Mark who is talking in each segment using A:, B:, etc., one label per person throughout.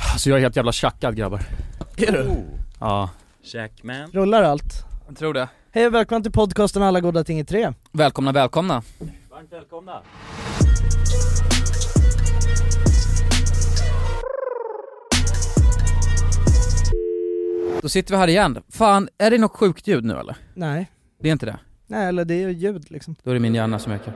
A: Så Alltså, jag är helt jävla tjackad grabbar
B: Är du?
A: Ja
C: Jackman
B: Rullar allt?
D: Jag tror det.
B: Hej och välkomna till podcasten Alla goda ting i tre
D: Välkomna, välkomna.
C: Varmt välkomna
D: Då sitter vi här igen. Fan, är det något sjukt ljud nu eller?
B: Nej,
D: Det är inte det?
B: nej eller det är ju ljud liksom
D: Då är det min hjärna som ökar.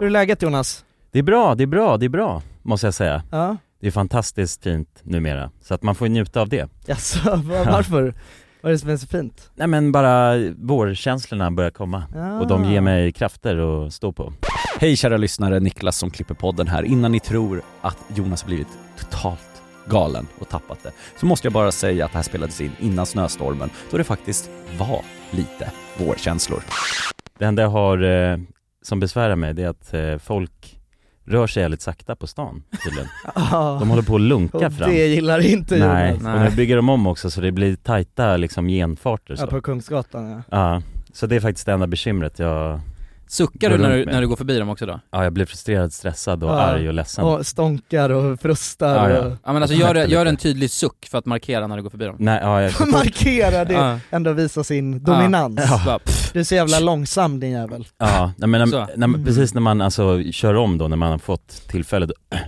B: Hur är läget Jonas?
C: Det är bra, det är bra, det är bra måste jag säga
B: Ja?
C: Det är fantastiskt fint numera, så att man får njuta av det
B: Jaså, var- varför? Vad är det som är så fint?
C: Nej men bara vårkänslorna börjar komma
B: Ah.
C: och de ger mig krafter att stå på
E: Hej kära lyssnare, Niklas som klipper podden här. Innan ni tror att Jonas har blivit totalt galen och tappat det, så måste jag bara säga att det här spelades in innan snöstormen, då det faktiskt var lite vårkänslor.
C: Det enda jag har eh, som besvärar mig det är att eh, folk rör sig jävligt sakta på stan tydligen
B: Ja,
C: De håller på att lunka
B: och
C: fram
B: det gillar inte
C: Nej,
B: Jonas
C: och nu bygger de om också så det blir tajta liksom genfarter så
B: Ja, på Kungsgatan ja
C: Ja, så det är faktiskt det enda bekymret. Jag,
D: Suckar
C: Går
D: du när,
C: runt
D: du
C: med.
D: när du går förbi dem också då?
C: ja, jag blir frustrerad, stressad och
B: Ja.
C: arg och ledsen.
B: Och stånkar och frustar
C: Ja, ja.
B: och
D: Ja men alltså
C: Jag
D: gör,
C: skämtar
D: gör
C: lite.
D: en tydlig suck för att markera när du går förbi dem.
C: Nej, ja, jag, så fort,
B: markerar det,
D: Ja.
B: ändå visa sin dominans
D: Bara, pff,
B: Du är så jävla långsam din jävel
C: ja, nej, men,
D: Så.
C: när, när,
B: Mm.
C: precis när man alltså kör om då, när man har fått tillfälle då,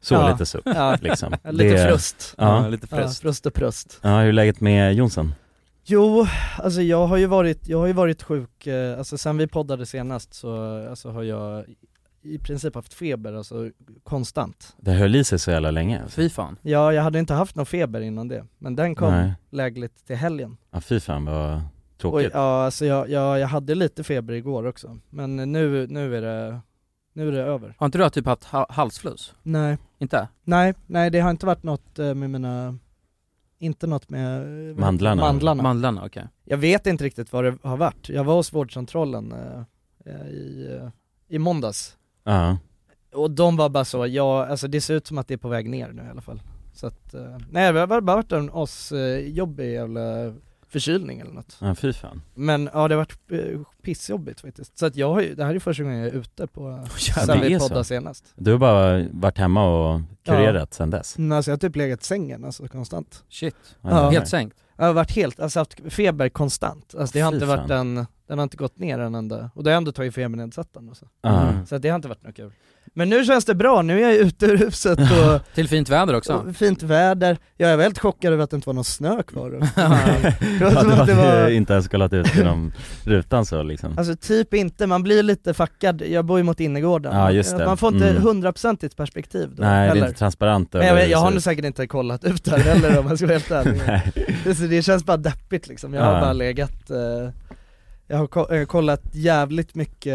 C: så
B: Ja.
C: lite suck
B: Ja,
C: liksom.
B: lite
C: Det-
B: frust
C: Ja.
E: lite
B: Ja, frust och prust
C: ja, hur är läget med Jonsson?
B: Jo, alltså jag har ju varit, jag har ju varit sjuk, eh, alltså sen vi poddade senast så eh, alltså, har jag i princip haft feber, alltså konstant.
C: Det höll i sig så jävla länge. alltså.
D: fy fan.
B: Ja, jag hade inte haft någon feber innan det, men den kom
C: Nej,
B: lägligt till helgen.
C: ja, fy fan vad
B: Och,
C: tråkigt.
B: ja, alltså jag, jag, jag hade lite feber igår också, men nu, nu är det, nu är det över.
D: Har inte du typ haft ha- halsfluss?
B: Nej,
D: Inte?
B: nej, nej det har inte varit något eh, med mina, inte något med eh,
C: Mandlarna.
B: mandlarna.
D: Mandlarna, okej.
B: Jag vet inte riktigt vad det har varit. Jag var hos vårdcentralen eh, eh, i, eh, i måndags
C: Ja.
B: och de var bara så, ja, alltså det ser ut som att det är på väg ner nu i alla fall. Så att, eh, nej det har bara varit en oss eh, jobbig jävla förkylning eller något.
C: ja, fy fan.
B: Men ja det har varit eh, pissjobbigt faktiskt. Så att jag har ju, det här är första gången jag är ute på,
C: det
B: sen vi
C: är så.
B: poddade senast.
C: Du har bara varit hemma och kurerat sen dess.
B: Men alltså jag har typ legat i sängen alltså konstant.
D: Shit.
B: Ja.
C: nej.
D: Helt sänkt.
B: Jag har varit helt, alltså haft feber konstant. Alltså det har
C: Fy
B: inte varit
C: fan.
B: en, den har inte gått ner en enda, och det har jag ändå tagit alltså. febernedsättande och så.
C: Ja.
D: Mm.
B: Så att det har inte varit något kul. Men nu känns det bra, nu är jag ute ur huset och,
D: Till fint väder också.
B: och fint väder. Jag är väldigt chockad över att det inte var någon snö kvar. Det var
C: Ja,
B: som
C: du
B: att
C: hade
B: det var-
C: inte ens kollat ut genom rutan så liksom
B: Alltså typ inte, man blir lite fackad, jag bor ju mot innergården.
C: Ja, just det.
B: Man får inte
C: Mm.
B: hundraprocentigt perspektiv då
C: Nej det är
B: heller.
C: inte transparent
B: Men jag,
C: över
B: vet- jag har
C: så-
B: nog säkert inte kollat ut där heller om jag ska vara helt ärlig.
C: Nej.
B: Det, så det känns bara deppigt liksom, jag har
C: Ja.
B: bara legat eh, jag har ko- eh, kollat jävligt mycket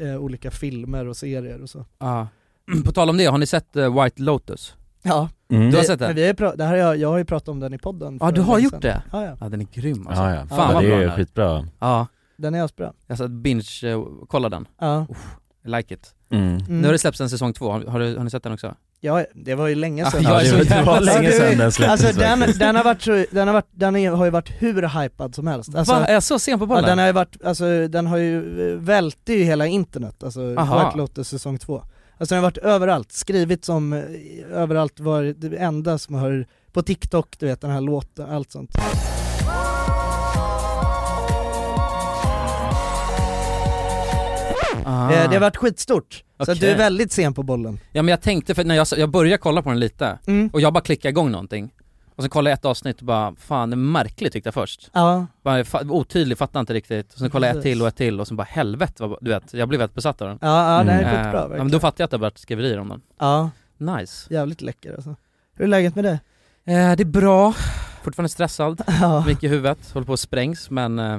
B: eh, olika filmer och serier och så.
D: Ja. På tal om det, har ni sett eh, White Lotus?
B: Ja,
C: Mm.
D: Du har
B: vi-
D: sett den?
B: men Vi har pra- det här har jag, jag har ju pratat om den i podden
D: Ja
B: för
D: du har
B: länge
D: gjort
B: sedan.
D: det?
B: Ja, ja.
D: Ja den är grym alltså.
C: Ja, ja.
B: vad
D: Fan
C: ja,
D: vad
C: det
D: bra
C: är
D: den
C: ju
D: är.
C: skitbra
D: Ja,
B: Den är asbra.
D: alltså binge, eh, kolla den.
B: Ja.
D: Like it.
C: mm.
B: Mm.
D: Nu har det släppts en säsong två, har, har, du, har ni sett den också?
B: ja, det var ju länge sedan.
D: Ja, Jag är
C: det
D: så
C: var- det
D: jävla-
C: var länge
B: Ja, det-
C: sedan den släpptes
B: Alltså den,
C: faktiskt.
B: den har varit så, den har varit, den är, har ju varit hur hypad som helst. Alltså,
D: Va? Är jag så sen på
B: ja,
D: bollen?
B: den har ju varit, alltså den har ju vält ju hela internet, alltså
D: Aha.
B: White Lotus säsong två. Alltså den har varit överallt, skrivit som eh, överallt var det enda som har, på TikTok du vet den här låten, allt sånt. Eh,
D: Ah.
B: Eh, Det har varit skitstort, så att du är
D: Okej.
B: väldigt sen på bollen.
D: Ja men jag tänkte, för när jag, jag började kolla på den lite,
B: Mm.
D: och jag bara klickade igång någonting och sen kollade jag ett avsnitt och bara, fan det är märkligt tyckte jag först.
B: Ja,
D: Bara, fa- otydlig, fattar inte riktigt. Och sen kollade jag ett
B: Precis.
D: till och ett till och sen bara helvete, vad, du vet, jag blev helt besatt av den.
B: ja, ja den är
C: Mm.
D: Eh,
B: skitbra
D: ja, men
B: verkligen.
D: då fattade jag att det varit skriverier om den.
B: Ja,
D: Nice.
B: jävligt läcker alltså. Hur är läget med dig?
D: Eh, det är bra, fortfarande stressad,
B: Ja.
D: mycket i huvudet, håller på att sprängs men eh,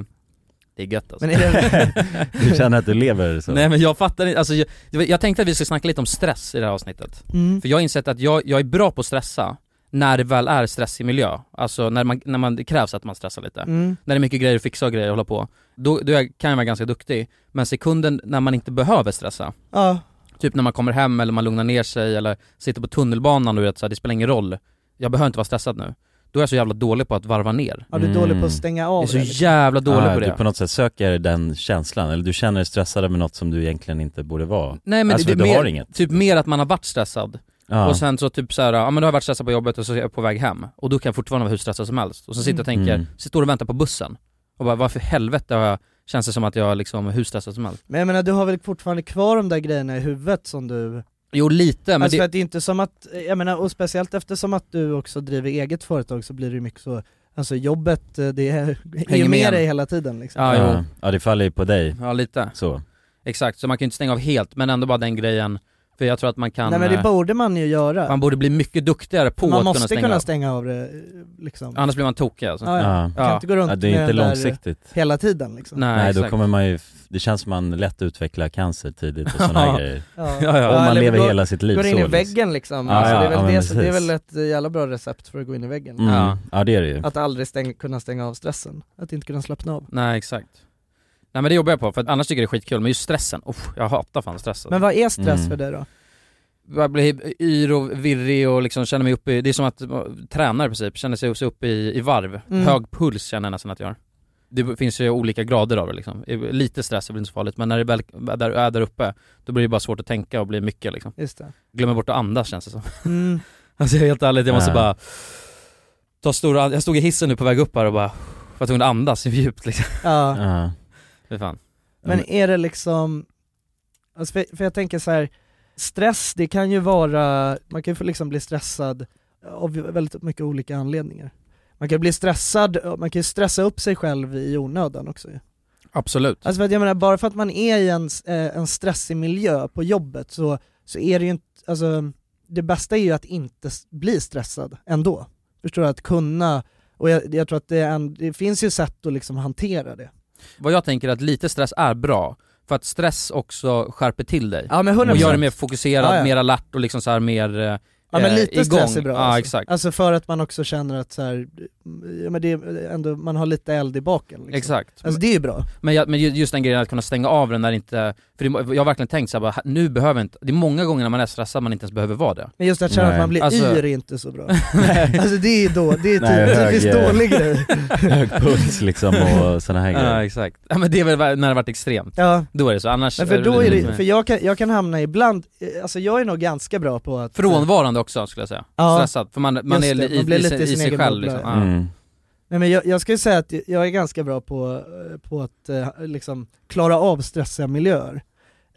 D: det är gött alltså.
B: Men är det,
C: Du känner att du lever så?
D: Nej men jag fattar inte, alltså, jag, det var- jag tänkte att vi skulle snacka lite om stress i det här avsnittet.
B: mm.
D: För jag har insett att jag, jag är bra på att stressa när det väl är stressig miljö. Alltså när, man, när man, det krävs att man stressar lite.
B: Mm.
D: När det är mycket grejer att fixa och grejer att hålla på. Då, då är- kan jag vara ganska duktig. Men sekunden när man inte behöver stressa,
B: Ja,
D: typ när man kommer hem eller man lugnar ner sig eller sitter på tunnelbanan och du vet så här, det spelar ingen roll. Jag behöver inte vara stressad nu. Då är jag så jävla dålig på att varva ner.
B: ja, du är dålig på att stänga av
D: Jag Mm. är så
B: det, liksom.
D: jävla dålig
C: Ah,
D: på det.
C: Du på något sätt söker den känslan, eller du känner dig stressad över något som du egentligen inte borde vara?
D: Nej men
C: Alltså,
D: det,
C: du
D: är mer,
C: har inget. Ah.
D: typ mer att man har varit stressad.
C: Ja.
D: Och sen så typ såhär, ja men då har jag varit stressad på jobbet och så är jag på väg hem. Och då kan jag fortfarande vara hur stressad som helst. Och så sitter jag och tänker,
C: Mm.
D: så står och väntar på bussen. Och bara, varför i helvete har jag, känns det som att jag liksom är hur stressad som helst?
B: Men jag menar du har väl fortfarande kvar de där grejerna i huvudet som du...
D: Jo lite, men
B: alltså
D: det,
B: för att det är inte som att, jag menar och speciellt eftersom att du också driver eget företag så blir det ju mycket så, alltså jobbet eh, det är, är ju
D: Hänger med.
B: med dig hela tiden liksom.
D: Ja,
C: ja.
D: jo.
C: Ah. ja, det faller ju på dig
D: ja lite.
C: så.
D: Exakt, så man kan ju inte stänga av helt, men ändå bara den grejen. För jag tror att man kan,
B: Nej men det
D: eh,
B: borde man ju göra.
D: man borde bli mycket duktigare på
B: man
D: att
B: måste
D: kunna stänga av.
B: av det eh, liksom.
D: Annars blir man tokig alltså.
B: Ja, ja.
C: Ja.
B: Man kan inte gå runt
C: Ah. Ja, det är ju
B: med
C: inte
B: den där, eh,
C: långsiktigt.
B: hela tiden liksom.
D: Nej,
C: Nej,
D: exakt.
C: då kommer man ju, f- det känns som man lätt utvecklar cancer tidigt och sådana
D: Ja.
C: grejer.
B: Ja.
D: Ja, ja.
C: Om man
B: eller
C: lever
B: går-
C: hela sitt liv
B: Går in
C: så.
B: i
C: liksom.
B: väggen liksom,
C: Ja,
B: alltså, det, är
C: ja,
B: väl
C: men
B: det, som- det är
C: precis.
B: väl ett eh, jävla bra recept för att gå in i väggen.
C: Mm.
D: Ja. Alltså.
C: Ja. det är det ju.
B: Att aldrig stäng, kunna stänga av stressen, att inte kunna slappna av.
D: Nej exakt. Nej men det jobbar jag på, för att annars tycker jag det är skitkul, men just stressen, uff, jag hatar fan stress alltså.
B: Men vad är stress
C: Mm.
B: för dig då?
D: Jag blir yr och virrig och liksom känner mig uppe i, det är som att man tränar i princip, känner sig sig uppe i, i varv.
B: Mm.
D: Hög puls känner jag nästan att jag har. Det finns ju olika grader av det liksom. Lite stress är väl inte så farligt, men när det väl där, är där uppe, då blir det bara svårt att tänka och blir mycket liksom.
B: Just det.
D: Glömmer bort att andas känns det som.
B: Mm.
D: Alltså jag är helt ärlig, jag måste
C: Ja.
D: bara ta stora, jag stod i hissen nu på väg upp här och bara, var tvungen att andas djupt liksom.
B: Ja.
C: Ja.
D: Fy fan.
B: Men är det liksom, alltså för, för jag tänker så här, stress det kan ju vara, man kan ju få liksom bli stressad av väldigt mycket olika anledningar. Man kan bli stressad, man kan ju stressa upp sig själv i onödan också ju.
D: Absolut.
B: Alltså för att jag menar, bara för att man är i en, s- eh, en stressig miljö på jobbet så, så är det ju inte, alltså det bästa är ju att inte s- bli stressad ändå. Förstår du? Att kunna, och jag, jag tror att det, är en, det finns ju sätt att liksom hantera det.
D: Vad jag tänker är att lite stress är bra, för att stress också skärper till dig.
B: Ja men
D: och
B: 100%.
D: gör dig mer fokuserad,
B: Ja, ja.
D: mer alert och liksom så här mer eh,
B: Ja men
D: eh,
B: lite
D: igång.
B: stress är bra
D: Ja
B: alltså.
D: exakt.
B: alltså för att man också känner att så här, ja, men det är ändå, man har lite eld i baken liksom.
D: Exakt.
B: Alltså det är ju bra.
D: Men, jag, men ju- just den grejen att kunna stänga av den när det inte, för det, jag har verkligen tänkt såhär nu behöver jag inte, det är många gånger när man är stressad man inte ens behöver vara det.
B: Men just att känna
C: Nej.
B: att man blir
D: Alltså-
B: yr är inte så bra. alltså det är ju då, det är
C: Nej,
B: typ, typiskt
C: hög, eh,
B: dålig grej.
C: Hög puls liksom och sådana här
D: Ja
C: grejer.
D: exakt. Ja men det är väl när det har varit extremt,
B: Ja.
D: då är det liksom- så, annars
B: Men för då är
D: lite
B: det,
D: mer-
B: för jag kan, jag kan hamna ibland, eh, alltså jag är nog ganska bra på att
D: Frånvarande också skulle jag säga.
B: Ja.
D: Stressad, för man, man
B: Just
D: är
B: det,
D: i,
B: man blir
D: i,
B: lite
D: sig-
B: i
D: i
B: sin
D: sig
B: egen
D: själv
B: bubbla.
D: liksom. Ja.
C: Mm.
B: Nej men jag, jag skulle säga att jag är ganska bra på, eh, på att eh, liksom klara av stressiga miljöer.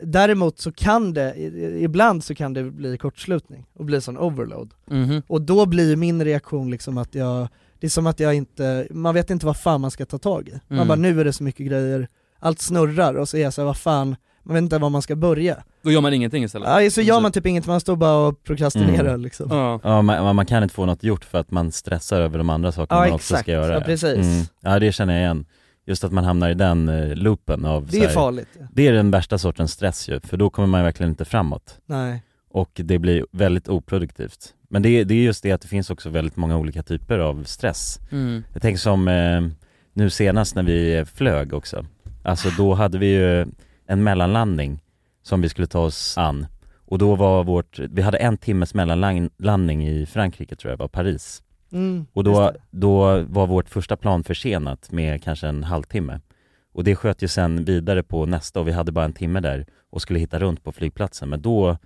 B: Däremot så kan det, i- i- ibland så kan det bli kortslutning och bli sån overload.
C: Mm.
D: Mhm.
B: Och då blir min reaktion liksom att jag, det är som att jag inte, man vet inte vad fan man ska ta tag i. Man
D: Mm.
B: bara nu är det så mycket grejer, allt snurrar och så är jag såhär vad fan, man vet inte var man ska börja.
D: Då gör man ingenting istället.
B: Ja, så gör man typ inget, man står bara och prokrastinerar
C: Mm.
B: liksom.
D: Ja.
C: Ja, man, man kan inte få något gjort för att man stressar över de andra sakerna
B: Ja,
C: man också
B: exakt.
C: ska göra. Mm.
B: Ja, precis.
C: Ja, det känner jag igen. Just att man hamnar i den eh, loopen av
B: Det
C: så
B: är
C: här,
B: farligt. Ja.
C: det är den värsta sortens stress ju, för då kommer man ju verkligen inte framåt.
B: Nej.
C: Och det blir väldigt oproduktivt. Men det, är- det är just det att det finns också väldigt många olika typer av stress.
D: Mm.
C: Jag tänker som eh, nu senast när vi flög också. Alltså då hade vi ju en mellanlandning som vi skulle ta oss an. Och då var vårt, vi hade en timmes mellanlandning i Frankrike tror jag var, Paris.
B: Mm,
C: Och
B: just
C: då,
B: det.
C: då var vårt första plan försenat med kanske en halvtimme. Och det sköt ju sen vidare på nästa och vi hade bara en timme där och skulle hitta runt på flygplatsen. Men då,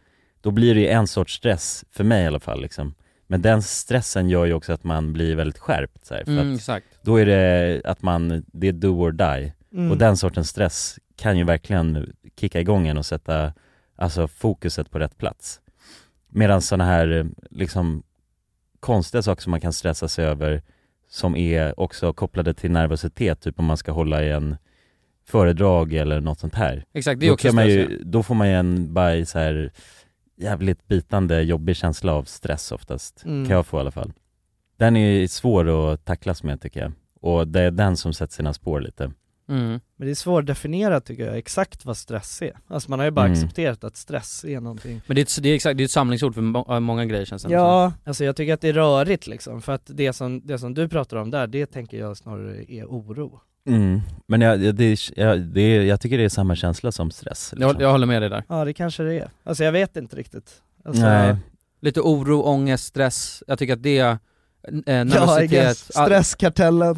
C: då blir det ju en sorts stress, för mig i alla fall liksom. Men den stressen gör ju också att man blir väldigt skärpt så här, för
D: Mm,
C: att
D: exakt.
C: då är det att man, det är do or die.
B: Mm.
C: Och den sortens stress kan ju verkligen kicka igång en och sätta alltså, fokuset på rätt plats. Medan sådana här eh, liksom, konstiga saker som man kan stressa sig över som är också kopplade till nervositet, typ om man ska hålla i en föredrag eller något sånt här.
D: Exakt, det är
C: Då,
D: också
C: kan man
D: stress,
C: ju, då får man ju en bara i så här jävligt bitande jobbig känsla av stress oftast
B: Mm.
C: kan jag få i alla fall. Den är ju svår att tacklas med tycker jag. Och det är den som sätter sina spår lite.
D: ja. mm.
B: Men det är svårdefinierat tycker jag, exakt vad stress är. Alltså man har ju bara
C: Mm.
B: accepterat att stress är någonting.
D: Men det är, ett, det är exakt, det är ett samlingsord för må- äh, många grejer känns det som.
B: Ja, alltså jag tycker att det är rörigt liksom, för att det som, det som du pratar om där, det tänker jag snarare är oro.
C: Mm. Men jag, jag- det, jag, det, är- jag tycker det är samma känsla som stress. liksom.
D: jag, jag håller med dig där.
B: Ja det kanske det är. Alltså jag vet inte riktigt. Alltså,
C: Nej.
D: Lite oro, ångest, stress, jag tycker att det, eh,
B: Ja, I
D: nervositet,
B: guess. stresskartellen.
D: all,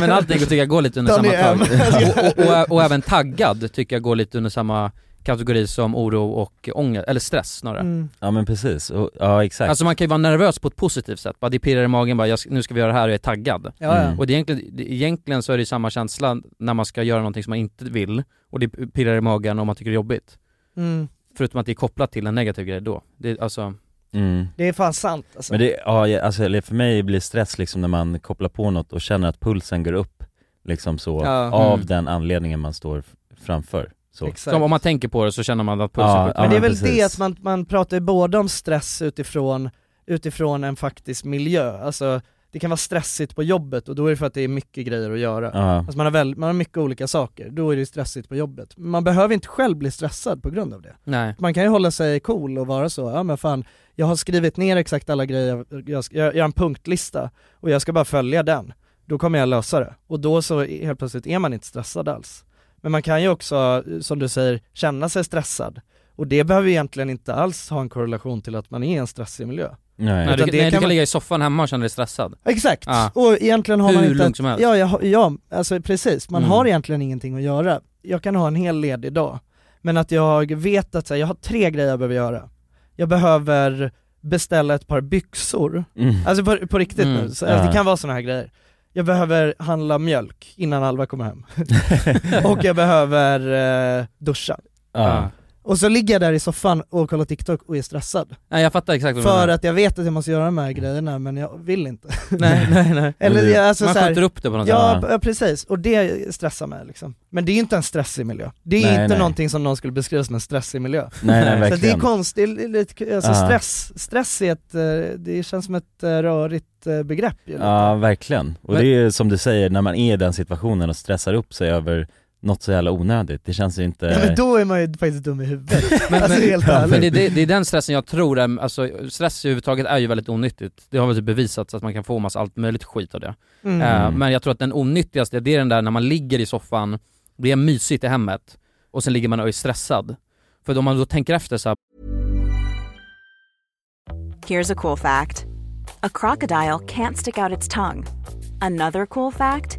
D: men allting tycker jag går lite under
B: Danny
D: samma tag.
B: M.
D: och, och, och, och även taggad tycker jag går lite under samma kategori som oro och ånger, eller stress snarare.
B: Mm.
C: Ja men precis, och, ja exakt.
D: Alltså man kan ju vara nervös på ett positivt sätt, bara det pirrar i magen bara, jag, ska- nu ska vi göra det här och jag är taggad.
B: Ja, ja.
C: Mm.
D: Och det är egentligen, det, egentligen så är det ju samma känsla när man ska göra någonting som man inte vill och det pirrar i magen och man tycker det är jobbigt.
B: Mm.
D: Förutom att det är kopplat till en negativ grej då. Det, är alltså,
C: mm.
B: Det är fan sant alltså.
C: Men det, ja, jag- alltså, eller för mig blir stress liksom när man kopplar på något och känner att pulsen går upp liksom så,
B: Ja.
C: av
D: Mm.
C: den anledningen man står f- framför. Så.
B: Exakt.
D: som om man tänker på det så känner man att pulsen
C: Ja,
D: går upp.
C: ja.
B: Men det är väl
C: precis.
B: det att man, man pratar ju både om stress utifrån, utifrån en faktisk miljö, alltså det kan vara stressigt på jobbet och då är det för att det är mycket grejer att göra.
C: Ja.
B: Alltså man har, väl, man har mycket olika saker, då är det ju stressigt på jobbet. Men man behöver inte själv bli stressad på grund av det.
D: Nej.
B: Man kan ju hålla sig cool och vara så, ja men fan, jag har skrivit ner exakt alla grejer, jag, ska, jag, jag har en punktlista och jag ska bara följa den. Då kommer jag lösa det. Och då så är- helt plötsligt är man inte stressad alls. Men man kan ju också, som du säger, känna sig stressad. Och det behöver ju egentligen inte alls ha en korrelation till att man är i en stressig miljö.
C: Nej.
D: Nej,
B: Utan det
D: du, nej, du
B: kan
D: kan
B: man-
D: ligga i soffan hemma och känna dig stressad.
B: Exakt!
D: Ja.
B: Ah. Och egentligen har
D: Hur
B: man inte...
D: lugnt som helst.
B: Ja, jag, har- ja, alltså precis. Man
D: Mm.
B: har egentligen ingenting att göra. Jag kan ha en hel ledig dag. Men att jag vet att så här, jag har tre grejer jag behöver göra. Jag behöver beställa ett par byxor.
C: Mm.
B: Alltså på, på riktigt
D: Mm.
B: nu, så, alltså,
C: Ja.
B: det kan vara sådana här grejer. Jag behöver handla mjölk innan Alva kommer hem. och jag behöver eh, duscha.
C: ja.
B: Och så ligger jag där i soffan och kollar TikTok och är stressad.
D: Nej jag fattar exakt vad du
B: För
D: menar.
B: att jag vet att jag måste göra de här grejerna men jag vill inte.
D: Nej, nej, nej.
B: Eller
C: det-
B: jag, alltså,
D: man
B: så här,
D: skjuter upp det på något
B: Ja,
C: Ja.
B: p- ja precis, och det stressar mig liksom. Men det är ju inte en stressig miljö. Det är
C: Nej,
B: inte
C: nej.
B: någonting som någon skulle beskriva som en stressig miljö.
C: Nej, nej
B: Så det är
C: verkligen.
B: konstigt, det är lite- alltså
C: Ja.
B: stress, stress är ett, eh, det känns som ett eh, rörigt eh, begrepp ju.
C: Ja verkligen. Och
D: Men-
C: det är ju som du säger, när man är i den situationen och stressar upp sig över något så jävla onödigt, det känns ju inte...
B: Ja, men då är man ju faktiskt dum i huvudet.
D: sånt. Men,
B: alltså
D: men,
B: helt
C: Ja,
D: men
B: ärligt.
D: det, det, det är den stressen jag tror är, alltså stress överhuvudtaget är ju väldigt onyttigt. Det har väl typ bevisats att man kan få massa allt möjligt skit av det.
B: Mm.
D: Eh,
C: Mm.
D: men jag tror att den onyttigaste, det är den där när man ligger i soffan, det är mysigt i hemmet och sen ligger man och är stressad. För om man då tänker efter så här,
A: Here's a cool fact a crocodile can't stick out its tongue. Another cool fact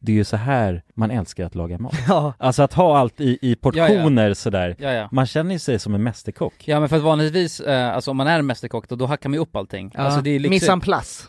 C: det är ju så här man älskar att laga mat.
B: Ja,
C: Alltså att ha allt i, i portioner sådär.
D: Ja, ja.
C: Man känner ju sig som en mästerkock.
D: Ja men för att vanligtvis, eh, alltså om man är en mästerkock då, då hackar man ju upp allting.
B: ja.
D: Alltså det är
B: Mise en
D: liksom,
B: place.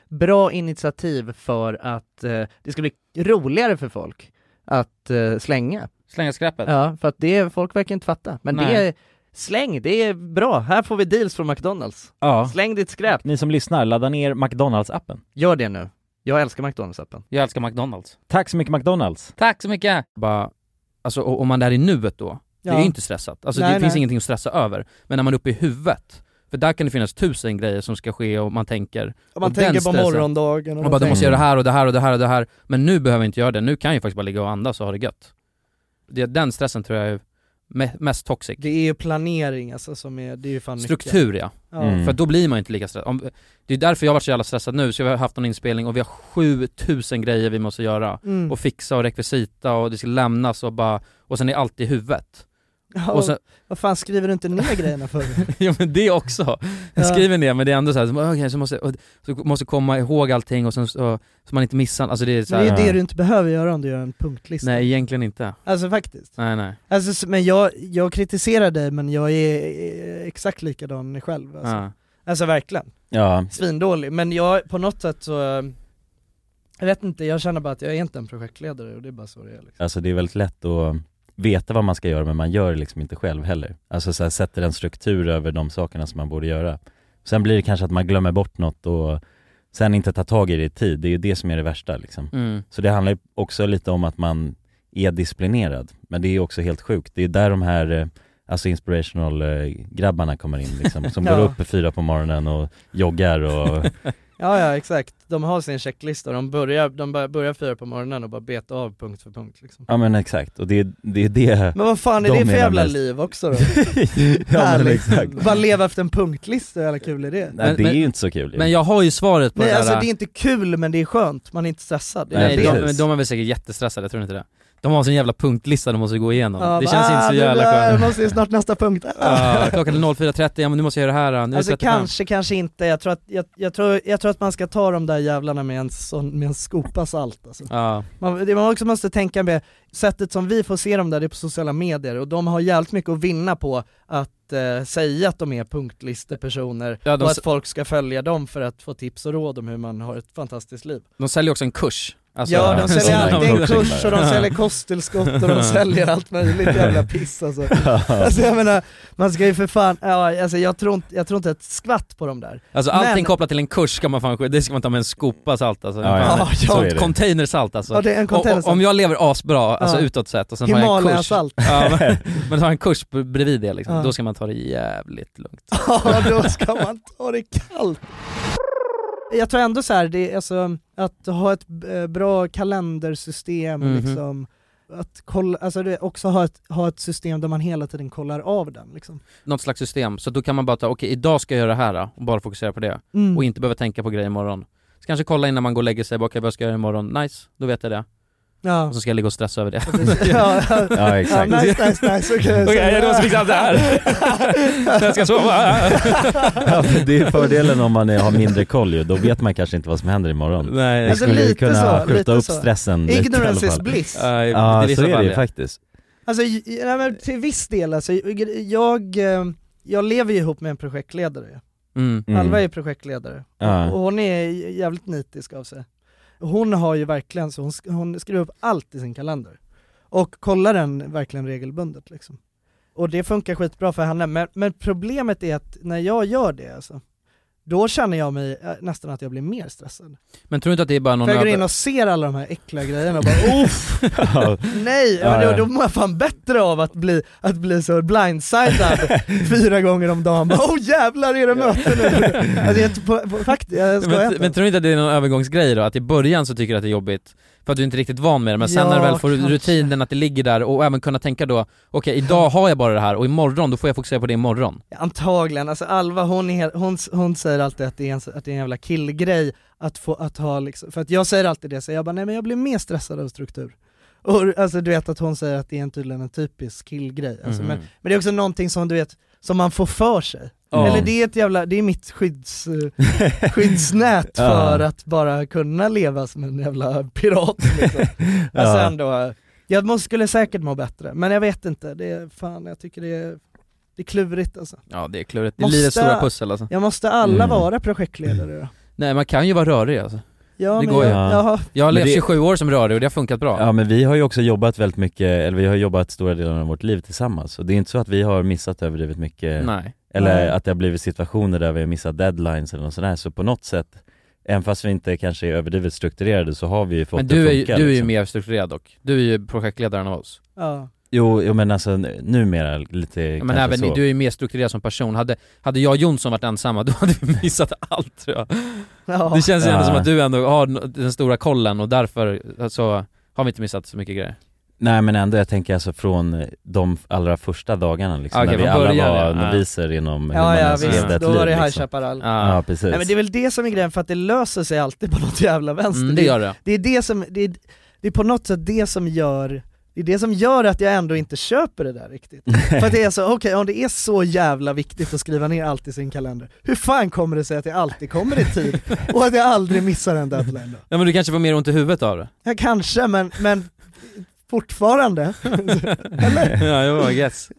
B: bra initiativ för att eh, det ska bli roligare för folk att eh, slänga.
D: Slänga skräpet.
B: Ja, för att det, folk verkar inte fatta. Men det
D: Nej.
B: är, släng, det är bra. Här får vi deals från McDonalds.
C: Ja.
B: Släng ditt skräp.
C: Ni som lyssnar, ladda ner McDonalds-appen.
B: Gör det nu. Jag älskar McDonalds-appen.
D: Jag älskar McDonalds.
C: Tack så mycket McDonalds!
D: Tack så mycket! Bara, alltså o- om man är i nuet då, det är ju inte stressat. Alltså
B: Nej,
D: det finns
B: nej.
D: ingenting att stressa över. Men när man är uppe i huvudet, för där kan det finnas tusen grejer som ska ske och man tänker,
B: Om
D: man Och den tänker på stressen.
B: morgondagen
D: man bara du måste göra det här och det här och det här och det här. Men nu behöver jag inte göra det, nu kan jag ju faktiskt bara ligga och andas och ha det gött. Det, den stressen tror jag är me- mest toxic.
B: Det är ju planering alltså som är, det är ju fan
D: Struktur ja.
B: Ja.
C: Mm.
D: För då blir man inte lika stressad. Om, det är därför jag har varit så jävla stressad nu, så vi har haft någon inspelning och vi har 7000 grejer vi måste göra.
B: Mm.
D: Och fixa och rekvisita och det ska lämnas och bara, och sen är allt i huvudet.
B: Ja,
D: Och sen,
B: Vad fan skriver du inte ner grejerna för?
D: ja men det också.
B: Ja.
D: Jag skriver ner men det är ändå så här, så, bara, okej, så, måste, och, så måste komma ihåg allting och sen så, så man inte missar, alltså det är så
B: Men det
D: här,
B: är ju det du inte behöver göra om du gör en punktlista.
D: nej egentligen inte.
B: Alltså faktiskt.
D: Nej nej.
B: Alltså, s- men jag, jag kritiserar dig men jag är eh, exakt likadan själv. Alltså,
D: Ja.
B: alltså verkligen.
C: Ja,
B: Svindålig. Men jag, på något sätt så, eh, jag vet inte, jag känner bara att jag är inte en projektledare och det är bara så det är. Liksom.
C: alltså det är väldigt lätt att veta vad man ska göra men man gör det liksom inte själv heller. Alltså så här, sätter en struktur över de sakerna som man borde göra. Sen blir det kanske att man glömmer bort något och sen inte tar tag i det i tid. Det är ju det som är det värsta liksom.
D: Mm.
C: Så det handlar ju också lite om att man är disciplinerad. Men det är ju också helt sjukt. Det är där de här eh, Alltså inspirational-grabbarna kommer in liksom, som går
B: Ja.
C: upp fyra på morgonen och joggar och
B: Ja, ja exakt. De har sin checklista och de börjar, de bara börjar fyra på morgonen och bara beta av punkt för punkt liksom.
C: Ja men exakt, och det är det, är det.
B: Men vad fan är
C: De
B: det för
C: är de
B: jävla
C: mest-
B: liv också då?
C: ja, men
B: Härligt.
C: exakt.
B: Bara leva efter en punktlista, hur jävla kul är det?
C: Nej,
D: Men-
C: det är
D: men-
C: ju inte så kul ju.
D: Men jag har ju svaret på
B: Nej
D: det
B: alltså
D: här
B: det är inte kul men det är skönt, man är inte stressad. Det är
D: Nej,
B: det.
C: precis.
D: de, men de är väl säkert jättestressade, jag tror inte det. De har sin jävla punktlista de måste gå igenom.
B: Ja,
D: det
B: bara,
D: känns inte
B: "Ah,
D: så
B: nu
D: jävla
B: börjar-
D: skönt.
B: måste ju snart nästa punkt.
D: Ja, klockan är 04.30, ja men nu måste jag göra det här, nu är det
B: Alltså
D: 35.
B: kanske, kanske inte. Jag tror, att, jag, jag, tror, jag tror att man ska ta de där jävlarna med en, sån, med en skopa salt alltså.
D: Ja,
B: Man, det man också måste tänka med, sättet som vi får se dem där det är på sociala medier och de har jävligt mycket att vinna på att eh, säga att de är punktlistepersoner
D: Ja, de
B: och
D: s-
B: att folk ska följa dem för att få tips och råd om hur man har ett fantastiskt liv.
D: de säljer också en kurs. Alltså-
B: ja, de
C: ja,
B: säljer
C: online
B: alltid en
C: coaching
B: kurs
C: där.
B: och de säljer kosttillskott och de säljer allt möjligt jävla piss alltså. alltså jag menar, man ska ju för fan, ja, alltså, jag, tror inte, jag tror inte ett skvatt på dem där.
D: Alltså allting
B: Men-
D: kopplat till en kurs ska man fan sk- det ska man ta med en skopa salt alltså.
C: Ja,
B: ja,
D: Fan,
B: så
C: är det.
D: Containersalt alltså.
B: Ja, det är en
D: och,
B: container
D: och, om jag lever asbra, alltså
B: Ja.
D: utåt sett, och sen har jag en kurs.
B: Himalaya-salt.
D: Ja, men, men har jag en kurs b- bredvid det liksom,
B: Ja.
D: då ska man ta det jävligt lugnt.
B: Ja, då ska man ta det kallt. Jag tror ändå så här, det är alltså, att ha ett eh, bra kalendersystem
D: Mhm.
B: liksom, att kolla, alltså det, också ha ett, ha ett system där man hela tiden kollar av den liksom.
D: Något slags system, så då kan man bara ta, okej idag ska jag göra det här då, och bara fokusera på det.
B: Mm.
D: Och inte behöva tänka på grejer imorgon. Så kanske kolla innan man går och lägger sig, bara, okej vad ska jag göra imorgon? Nice, då vet jag det.
B: ja.
D: Och så ska jag ligga och stressa över det.
B: ja, ja.
C: Ja
B: ja,
C: exakt.
B: nice, nice, nice, okej.
D: Okej, jag låser fixar allt det här. jag ska sova.
C: Ja, men det är fördelen om man är, har mindre koll ju, då vet man kanske inte vad som händer imorgon.
D: Nej,
C: Det
B: Alltså,
C: skulle ju
B: lite
C: kunna
B: så, lite
C: skjuta upp
B: så.
C: stressen lite i alla
B: Ignorance is
C: fall.
B: bliss.
D: Ja,
C: Ja
D: vissa
C: så är
D: fall
C: det ju faktiskt.
B: Alltså, j- nej, men till viss del alltså, jag, eh, jag lever ju ihop med en projektledare
D: Mm.
C: Mm.
B: Alva är projektledare,
C: Ja.
B: och hon är jävligt nitisk av sig. Hon har ju verkligen så, hon, sk- hon skriver upp allt i sin kalender. Och kollar den verkligen regelbundet liksom. Och det funkar skitbra för henne, men, men problemet är att när jag gör det alltså, då känner jag mig eh, nästan att jag blir mer stressad.
D: Men tror du inte att det är bara någon
B: För jag går
D: över-
B: in och ser alla de här äckliga grejerna och bara uff,
C: Ja,
B: nej!
C: Ja,
B: men
C: ja.
B: då, då mår jag fan bättre av att bli, att bli så blindsided fyra gånger om dagen. Bara, oh jävlar är det möte nu! Alltså, jag, på, på, fakt, jag skojar
D: men,
B: inte.
D: men tror du inte att det är någon övergångsgrej då? Att i början så tycker du att det är jobbigt för att du inte är riktigt van med det, men sen
B: Ja,
D: när du väl får
B: kanske.
D: rutinen att det ligger där och även kunna tänka då, okej idag har jag bara det här och imorgon då får jag fokusera på det imorgon.
B: Antagligen, alltså Alva hon, är, helt- hon, hon säger alltid att det är en, att det är en jävla killgrej att få, att ha liksom, för att jag säger alltid det, så jag bara nej men jag blir mer stressad av struktur. Och alltså du vet att hon säger att det är en, tydligen en typisk killgrej, alltså,
D: Mhm.
B: men, men det är också någonting som du vet, som man får för sig.
C: Ja.
B: Eller det är ett jävla, det är mitt skydds, eh, skyddsnät
C: Ja.
B: för att bara kunna leva som en jävla pirat liksom. Alltså
C: Ja.
B: ändå, eh, jag måste, skulle säkert må bättre, men jag vet inte, det är fan, jag tycker det är, det är klurigt alltså.
D: Ja det är klurigt, det är
B: Måste-
D: livets stora pussel alltså.
B: Jag måste alla
C: Mm.
B: vara projektledare då?
D: Nej man kan ju vara rörig alltså.
B: Ja,
D: Det
B: men
D: går ju.
B: jag, ja.
D: Jag har
C: Men
D: levt
C: det-
D: 27 år som rörig och det har funkat bra.
C: Ja men vi har ju också jobbat väldigt mycket, eller vi har jobbat stora delar av vårt liv tillsammans och det är inte så att vi har missat överdrivet mycket
D: Nej.
C: eller
B: Nej.
C: att det har blivit situationer där vi har missat deadlines eller något sånt här så på något sätt Även fast vi inte kanske är överdrivet strukturerade så har vi ju fått
D: Men
C: det
D: du
C: att
D: är, ju-
C: funka,
D: du är ju
C: liksom.
D: mer strukturerad dock. Du är ju projektledaren av oss.
B: ja.
C: jo, jo men alltså n- numera lite
D: Ja, Men
C: kanske
D: även
C: så
D: ni, du är ju mer strukturerad som person. Hade, hade jag och Jonsson varit ensamma då hade vi missat allt tror jag.
B: ja.
D: Det känns ju ändå
C: Ja.
D: som att du ändå har n- den stora kollen och därför så har vi inte missat så mycket grejer.
C: Nej men ändå, jag tänker alltså från de allra första dagarna liksom,
D: Okej,
C: när vi
D: från
C: alla
D: början,
C: var
D: ja.
C: noviser inom hur man
B: ja, ja
C: ens
B: visst,
C: levde ett
B: då var det
C: liv
B: High
C: liksom.
B: Chaparral.
D: Ah.
C: Ja precis.
B: Nej men det är väl det som är grejen, för att det löser sig alltid på något jävla vänster.
D: Mm, det gör det.
B: det är det som, det är, det är på något sätt det som gör det är det som gör att jag ändå inte köper det där riktigt. För att det är så, okej om det är så jävla viktigt att skriva ner allt i sin kalender, hur fan kommer det sig att jag alltid kommer i tid och att jag aldrig missar en deadline då?
D: Ja men du kanske får mer ont i huvudet av det?
B: Ja kanske, men, men fortfarande. Eller?
D: ja, jag guess.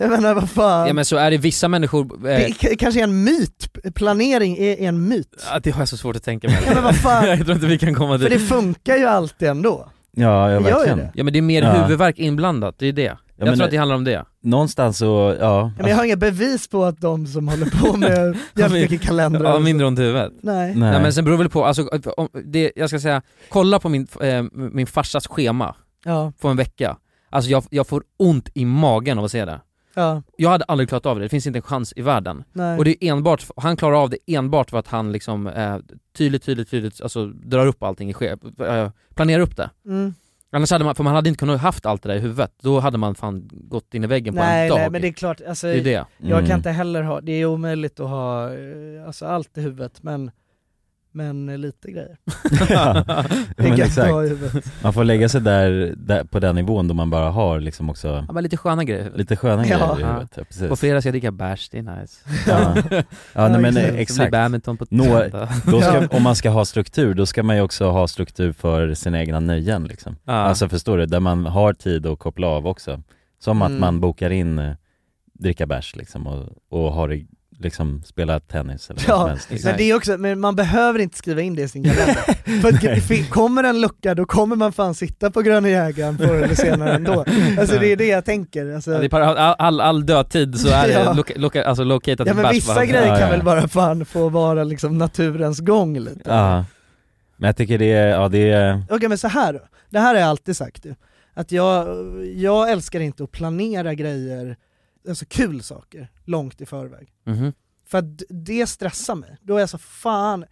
B: Jag menar vad fan.
D: Ja men så är det vissa människor... Eh,
B: Det är k- kanske är en myt, P- planering är är en myt.
D: ah, det har jag så svårt att tänka mig.
B: Ja, men vad fan.
D: jag tror inte vi kan komma
B: För det
D: dit.
B: funkar ju alltid ändå.
C: Ja, ja
B: Gör ju
C: verkligen.
B: det.
D: Ja men det är mer
C: Ja.
D: huvudvärk inblandat, det är det. Jag
C: men-
D: tror att det handlar om det.
C: Någonstans så, ja.
B: Ja, Men jag har inga bevis på att de som håller på med jävligt mycket kalendrar
D: Ja,
B: och så-
D: mindre ont i huvudet.
B: Nej.
C: Nej.
D: Nej men sen beror det väl på, alltså, om, det, jag ska säga, kolla på min, eh, min farsas schema
B: Ja.
D: på en vecka. Alltså jag, jag får ont i magen av att se det.
B: Ja,
D: Jag hade aldrig klarat av det, det finns inte en chans i världen.
B: nej.
D: Och det är enbart, han klarar av det enbart för att han liksom eh, tydligt, tydligt, tydligt, alltså drar upp allting i ske, eh, planerar upp det.
B: mm.
D: Annars hade man, för man hade inte kunnat haft allt det där i huvudet, då hade man fan gått in i väggen på
B: nej,
D: en dag.
B: nej men det är klart, alltså,
D: Det är det.
B: jag kan
C: Mm.
B: inte heller ha, det är omöjligt att ha eh, alltså, allt i huvudet men, men eh, lite grejer.
C: ja,
B: Det är
C: men
B: gött att
C: exakt.
B: ha i huvudet.
C: Man får lägga sig där, där, på den nivån då man bara har liksom också
D: Ja, men lite sköna grejer i huvudet.
C: lite sköna
B: Ja.
C: grejer i
D: Ja.
C: huvudet. Ja,
D: På
C: precis.
D: fredag ska jag dricka bärs, det är nice.
C: Ja, ja nej, men
B: Ja, exakt.
C: eh,
D: Det blir
C: exakt.
D: badminton på
C: Nå-
D: söndag.
C: Då ska,
B: Ja.
C: Om man ska ha struktur, då ska man ju också ha struktur för sina egna nöjen liksom.
D: Ja.
C: Alltså förstår du? Där man har tid att koppla av också. Som att
B: Mm.
C: man bokar in eh, dricka bärs liksom och, och har det, liksom spela tennis eller vad
B: Ja,
C: som helst. Liksom.
B: Men det är också, men man behöver inte skriva in det i sin kalender. För att
C: Nej.
B: fi- kommer en lucka då kommer man fan sitta på Gröna Jägaren förr eller senare ändå. Alltså det är det jag tänker. Alltså,
D: Ja, det är para- all, all, all dödtid så är
B: Ja.
D: det loka, loka, alltså located
B: ja men
D: bärs
B: vissa
D: bara.
B: grejer kan
C: Ja, ja.
B: väl bara fan få vara liksom naturens gång lite.
C: Ja. Men jag tycker det är, ja det är,
B: Okej men så här då. det här har jag alltid sagt ju. Att jag, jag älskar inte att planera grejer, alltså kul saker, långt i förväg.
D: Mhm.
B: För att d- det stressar mig. Då är jag så fan,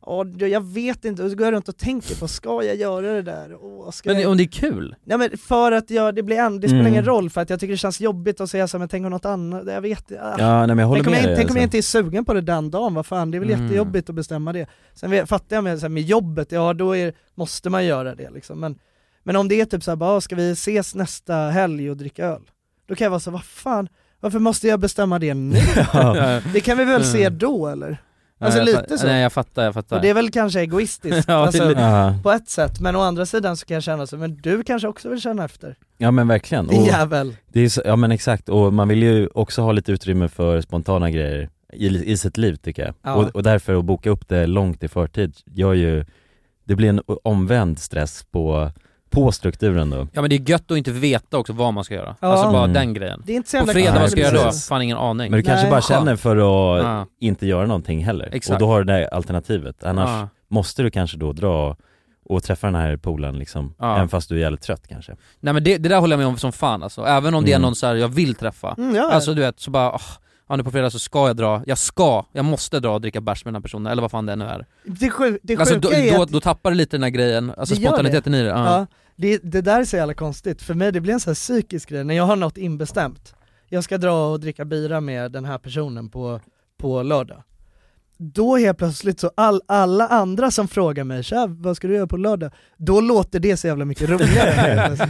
B: åh, jag vet inte, och så går jag runt och tänker på, ska jag göra det där? Åh, ska jag...
D: Men om det är kul?
B: Nej men för att jag, det, blir en, det spelar
C: Mm.
B: ingen roll för att jag tycker det känns jobbigt att säga så här, men tänk om något annat, jag vet ah.
C: ja nej men jag håller
B: Tänk om,
C: med
B: jag,
C: dig.
B: tänk om jag
C: alltså.
B: inte är sugen på det den dagen, vad fan det är väl
D: Mm.
B: jättejobbigt att bestämma det. Sen vet- fattar jag med, så här, med jobbet, ja då är, måste man göra det liksom. Men, men om det är typ såhär, bara, ah, ska vi ses nästa helg och dricka öl? Då kan jag vara så här, vad fan, varför måste jag bestämma det nu?
D: Ja.
B: Det kan vi väl
D: Mm.
B: se då eller? Alltså
D: Nej, jag
B: lite
D: fa-
B: så.
D: Nej jag fattar, jag
B: Och
D: fattar.
B: det är väl kanske egoistiskt,
D: Ja, det är
B: alltså,
D: lite-
C: Ja,
B: på ett sätt, men å andra sidan så kan jag känna så, men du kanske också vill känna efter?
C: ja men verkligen.
B: Din
D: Oh.
C: Och,
B: jävel.
C: det är så, ja men exakt, och man vill ju också ha lite utrymme för spontana grejer i, i sitt liv tycker jag.
B: Ja.
C: Och, och därför att boka upp det långt i förtid gör ju, det blir en o- omvänd stress på, på strukturen då.
D: Ja men det är gött att inte veta också vad man ska göra.
B: Ja.
D: Alltså bara
C: Mm.
D: den grejen.
B: Det är inte så
D: På
B: jävla
D: fredag,
C: Nej,
D: vad ska jag göra då?
B: precis.
D: Fan ingen aning.
C: Men du kanske
B: Nej.
C: bara
D: Skönt.
C: känner för att
D: Ja.
C: inte göra någonting heller.
D: Exakt.
C: Och då har du det där alternativet. Annars
D: Ja.
C: måste du kanske då dra och träffa den här polaren liksom,
D: Ja.
C: även fast du är jävligt trött kanske.
D: Nej men det, det där håller jag med om som fan alltså. Även om det är
C: Mm.
D: någon så här jag vill träffa.
B: Mm, ja.
D: Alltså du vet, så bara åh, ja, nu på fredag så ska jag dra, jag ska, jag måste dra och dricka bärs med den här personen, eller vad fan det nu är.
B: det sju, det sjuka
D: Alltså då,
B: är
D: då,
B: att,
D: då tappar du lite den här grejen, alltså
B: Det gör det.
D: spontaniteten i det. Ja.
B: ja, det, det där är så jävla konstigt, för mig det blir en sån här psykisk grej, när jag har något inbestämt, jag ska dra och dricka bira med den här personen på, på lördag. Då helt plötsligt så all, alla andra som frågar mig Tja, vad ska du göra på lördag? Då låter det så jävla mycket roligare. alltså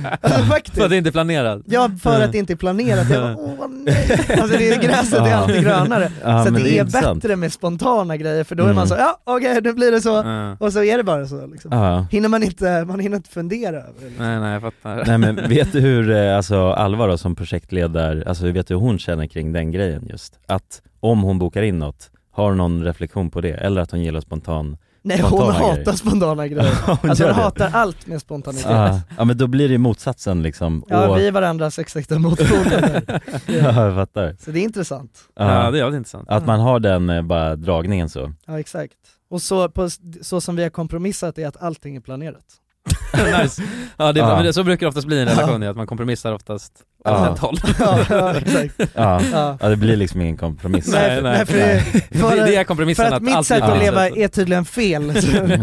B: faktiskt.
D: För att det inte är planerat.
B: Ja, för att det inte är planerat. Jag bara, åh nej. Alltså det är gräset är alltid grönare. så
C: Ja, men
B: det,
C: det är
B: är
C: intressant.
B: bättre med spontana grejer för då är
C: Mm.
B: man så, ja okej nu blir det så.
D: Mm.
B: Och så är det bara så liksom.
C: Ja.
B: Hinner man inte, man hinner inte fundera över det. liksom.
D: Nej nej jag fattar.
C: Nej men vet du hur, eh, alltså Alva då som projektledare, alltså hur vet du hur hon känner kring den grejen just? Att om hon bokar in något, har hon någon reflektion på det? Eller att hon gillar spontan?
B: Nej hon
C: Spontana
B: hatar
C: grejer.
B: spontana grejer.
C: hon
B: Alltså
C: gör
B: hon
C: det.
B: hatar allt med spontanitet.
D: Ah,
C: Ja. ja men då blir det motsatsen liksom.
B: Ja
C: och,
B: vi är varandras exakta motpoler. där.
C: ja, jag fattar.
B: så det är intressant.
C: Ja.
D: Ja det är jävligt intressant.
C: Att man har den eh, bara dragningen så.
B: Ja exakt. Och så, på, så som vi har kompromissat är att allting är planerat.
D: nice. Ja det är bra,
C: Ja.
D: men det, så brukar det oftast bli i en relation, ja. att man kompromissar oftast
C: Ja.
D: åt ett håll.
B: Ja, ja exakt.
C: Ja.
B: Ja.
C: ja, det blir liksom ingen kompromiss.
B: Nej, nej,
D: nej,
B: för, det-
D: Det,
B: för,
D: det är
B: för
D: kompromissen
B: att mitt
D: allt
B: sätt
D: blir
B: att
D: på
B: leva
D: det
B: är tydligen fel.
D: sättet.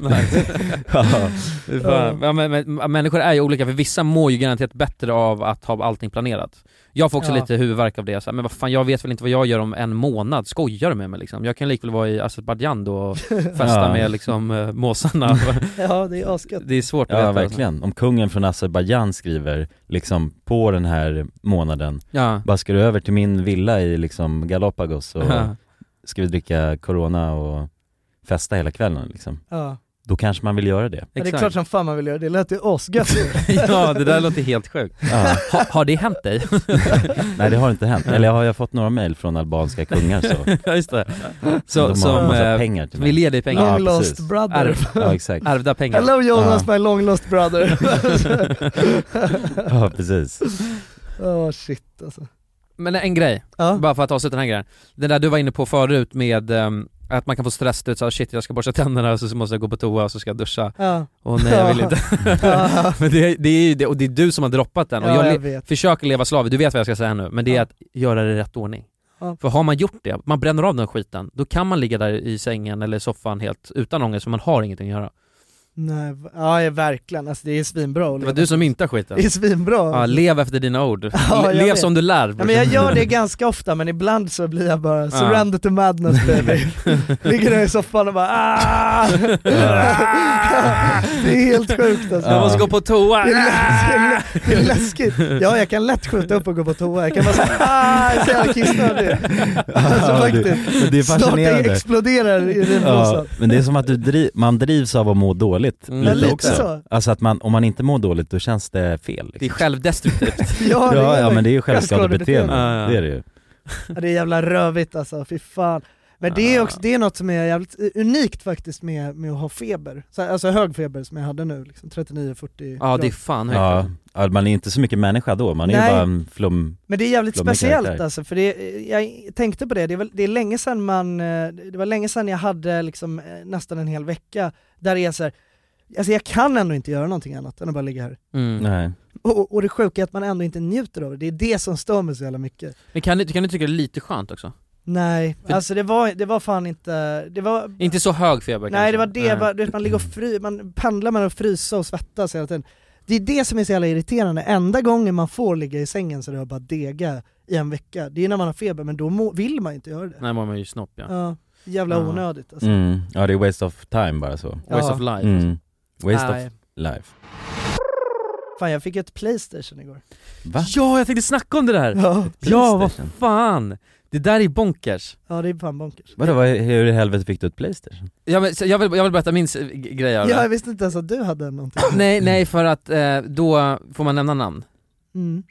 D: Nej.
C: Ja.
D: Fy fan. Ja, men, men, men människor är ju olika, för vissa mår ju garanterat bättre av att ha allting planerat. Jag får också
B: Ja.
D: lite huvudvärk av det, så här, men vad fan jag vet väl inte vad jag gör om en månad, skojar du med mig liksom? Jag kan likväl vara i Azerbajdzjan då och festa
C: Ja.
D: med liksom eh, måsarna.
B: ja det är asgött.
D: det är svårt
C: Ja
D: att veta. alltså.
C: verkligen, om kungen från Azerbajdzjan skriver liksom på den här månaden,
D: Ja.
C: bara ska du över till min villa i liksom Galapagos och
D: Ja.
C: ska vi dricka corona och festa hela kvällen liksom.
B: Ja.
C: Då kanske man vill göra det.
B: Ja, det är
D: Exakt.
B: klart som fan man vill göra det, det lät ju asgött.
D: ja, det där låter helt sjukt.
C: Ja.
D: Ha, har det hänt dig?
C: Nej det har inte hänt, eller har jag fått några mail från albanska kungar så.
D: Ja, just det.
C: Alltså, De
D: Så,
C: har
D: som
C: massa
D: eh,
C: pengar till mig.
D: vill ge dig pengar.
B: Long
C: Ja,
B: lost
C: precis.
B: brother.
D: Ärv,
C: Ja exakt,
D: ärvda pengar.
B: Hello Jonas
C: Ja.
B: my long lost brother.
C: ja precis.
B: Åh shit alltså.
D: Men en grej,
B: Ja.
D: bara för att avsluta den här grejen. Den där du var inne på förut med ehm, Att man kan få stress, du vet såhär shit jag ska borsta tänderna och så så måste jag gå på toa och så ska jag duscha
B: Ja.
D: Och nej jag vill inte
B: Ja.
D: Men det, det är ju det, och det är du som har droppat den och
B: Ja,
D: jag,
B: jag
D: le-
B: vet.
D: försöker leva slaviskt, du vet vad jag ska säga nu, men det är
B: Ja.
D: att göra det i rätt ordning
B: Ja.
D: För har man gjort det, man bränner av den skiten, då kan man ligga där i sängen eller i soffan helt utan ångest för man har ingenting att göra
B: Nej, v- ja, ja, verkligen. Alltså det är svinbra att
D: Det
B: leva.
D: var du som myntar
B: Det
D: skiten
B: är svinbra.
D: Ja, lev efter dina ord.
B: Ja, jag
D: lev
B: vet.
D: som du lär.
B: Ja, men jag gör det ganska ofta men ibland så blir jag bara surrender to madness baby. Ligger där i soffan och bara "Ah!" Det är helt sjukt alltså.
D: Jag måste gå på toa!
B: Det är, läs- det, är lä- det är läskigt. Ja, jag kan lätt skjuta upp och gå på toa. Jag kan bara säga ah, jag är så jävla kissnödig. Alltså
C: Ja, det-
B: faktiskt.
C: men det är
B: Snart
C: fascinerande.
B: exploderar
C: Ja,
B: urinblåsan.
C: men det är som att du driv, man drivs av att må dåligt
D: Mm.
B: Ja,
C: lite
B: lite
C: också.
B: så.
C: Alltså att man, om man inte mår dåligt då känns det fel.
D: Det är
C: Liksom.
D: självdestruktivt.
B: Ja, det
C: Ja,
B: är
C: ja men det är ju
B: självskadebeteende.
C: självskadebeteende,
D: Ja, ja.
C: det är det ju.
B: Ja, det är jävla rövigt alltså, fy fan. Men det är, också, det är något som är jävligt eh, unikt faktiskt med, med att ha feber, så, här, alltså hög feber som jag hade nu, liksom 39-40
D: Ja det är
B: grader.
D: fan högt.
C: Ja, ja, man är inte så mycket människa då, man är
B: Nej.
C: ju bara en flum.
B: Men det är jävligt
C: Flummiga
B: speciellt
C: karaktär.
B: alltså, för det, jag tänkte på det, det är, väl, det är länge sedan man, eh, det var länge sedan jag hade liksom eh, nästan en hel vecka där det är så här, alltså jag kan ändå inte göra någonting annat än att bara ligga här.
D: Mm.
C: Nej.
B: Och, och det sjuka är att man ändå inte njuter av det, det är det som stör mig så jävla mycket.
D: Men kan du, kan du tycka det är lite skönt också?
B: Nej,
D: För-
B: alltså det var, det var fan inte, det var
D: Inte så hög feber
B: Nej det var
D: kanske.
B: det, Bara, du vet, man ligger och fry, man pendlar mellan att frysa och svettas hela tiden. Det är det som är så jävla irriterande, enda gången man får ligga i sängen så är det bara dega i en vecka, det är när man har feber men då må, vill man inte göra det.
D: Nej, man är ju snopp ja.
B: Ja, jävla
D: Ja.
B: onödigt alltså.
C: Mm. Ja det är waste of time bara så.
D: Waste
B: Ja.
D: of life.
C: Mm. Waste
B: Nej.
C: of life.
B: Fan jag fick ju ett Playstation igår.
C: Va?
D: Ja, jag tänkte snacka om det där!
B: Ja,
D: Ja, vad
C: Playstation.
D: fan! Det där är bonkers.
B: ja det är fan bonkers.
C: Vadå, vad, hur i helvete fick du ett Playstation?
D: Ja, men, så jag, vill, jag vill berätta min s- g- grej
B: Ja,
D: av det.
B: jag visste inte ens att du hade någonting.
D: Nej, nej för att eh, då får man nämna namn.
B: Mm.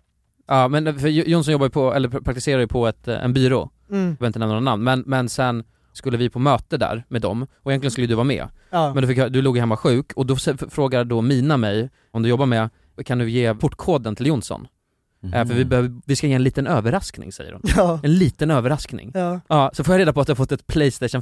D: Ja men för J- Jonsson jobbar ju på, eller pra- praktiserar ju på ett, eh, en byrå, jag
B: Mm.
D: behöver inte nämna några namn, men, men sen skulle vi på möte där med dem, och egentligen skulle du vara med,
B: Ja.
D: men du, fick, hö- du låg ju hemma sjuk, och då s- f- frågar då Mina mig, om du jobbar med, kan du ge portkoden till Jonsson? Eh,
F: Mm.
D: för vi, behöver, vi ska ge en liten överraskning säger de.
B: ja.
D: En liten överraskning.
B: ja.
D: Ja, så får jag reda på att jag har fått ett Playstation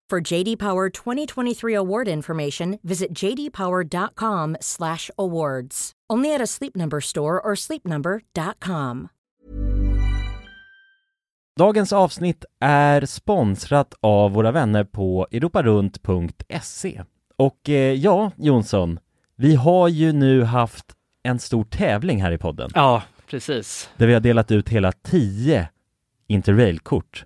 G: For JD Power 2023 award information, visit jdpower.com/awards. Only at a Sleep Number store or sleepnumber.com.
C: Dagens avsnitt är sponsrat av våra vänner på europarunt.se. Och eh, ja, Jonsson, vi har ju nu haft en stor tävling här i podden
F: Ja, precis.
C: där vi har delat ut hela 10 interrailkort.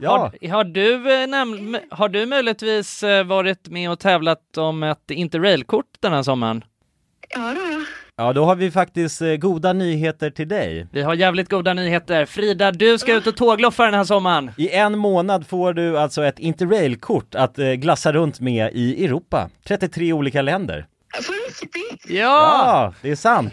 C: Ja.
F: Har, har, du, eh, näml- har du möjligtvis eh, varit med och tävlat om ett interrailkort den här sommaren?
H: Ja, då, ja.
C: Ja, då har vi faktiskt eh, goda nyheter till dig.
F: Vi har jävligt goda nyheter. Frida, du ska ut och tågloffa den här sommaren.
C: I en månad får du alltså ett interrailkort att eh, glassa runt med i Europa. 33 olika länder.
H: På riktigt?
C: Ja, det är sant.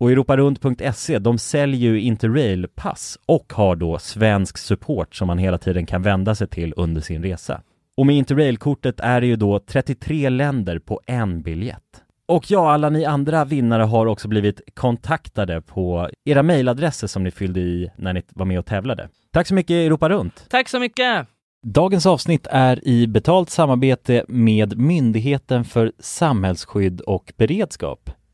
C: Och europarunt.se, E, de säljer ju Interrail-pass och har då svensk support som man hela tiden kan vända sig till under sin resa. Och med Interrail-kortet är det ju då 33 länder på en biljett. Och ja, alla ni andra vinnare har också blivit kontaktade på era mejladresser som ni fyllde i när ni var med och tävlade. Tack så mycket Europa Runt!
F: Tack så mycket!
C: Dagens avsnitt är i betalt samarbete med Myndigheten för samhällsskydd och beredskap,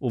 C: och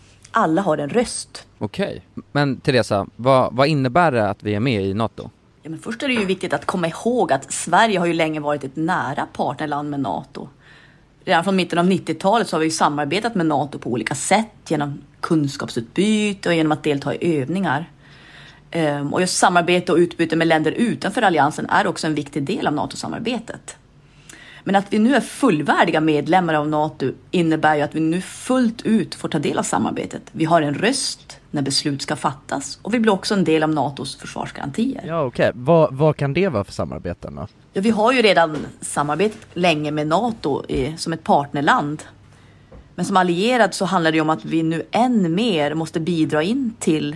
I: Alla har en röst.
D: Okej. Men Teresa, vad, vad innebär det att vi är med i NATO?
I: Ja, men först är det ju viktigt att komma ihåg att Sverige har ju länge varit ett nära partnerland med Nato. Redan från mitten av 90-talet så har vi ju samarbetat med Nato på olika sätt genom kunskapsutbyte och genom att delta i övningar. Ehm, Och just samarbete och utbyte med länder utanför alliansen är också en viktig del av NATO-samarbetet. Men att vi nu är fullvärdiga medlemmar av NATO innebär ju att vi nu fullt ut får ta del av samarbetet. Vi har en röst när beslut ska fattas och vi blir också en del av NATOs försvarsgarantier.
J: Ja okej, vad, vad kan det vara för samarbeten då?
I: Ja, vi har ju redan samarbetat länge med NATO eh, som ett partnerland. Men som allierad så handlar det ju om att vi nu än mer måste bidra in till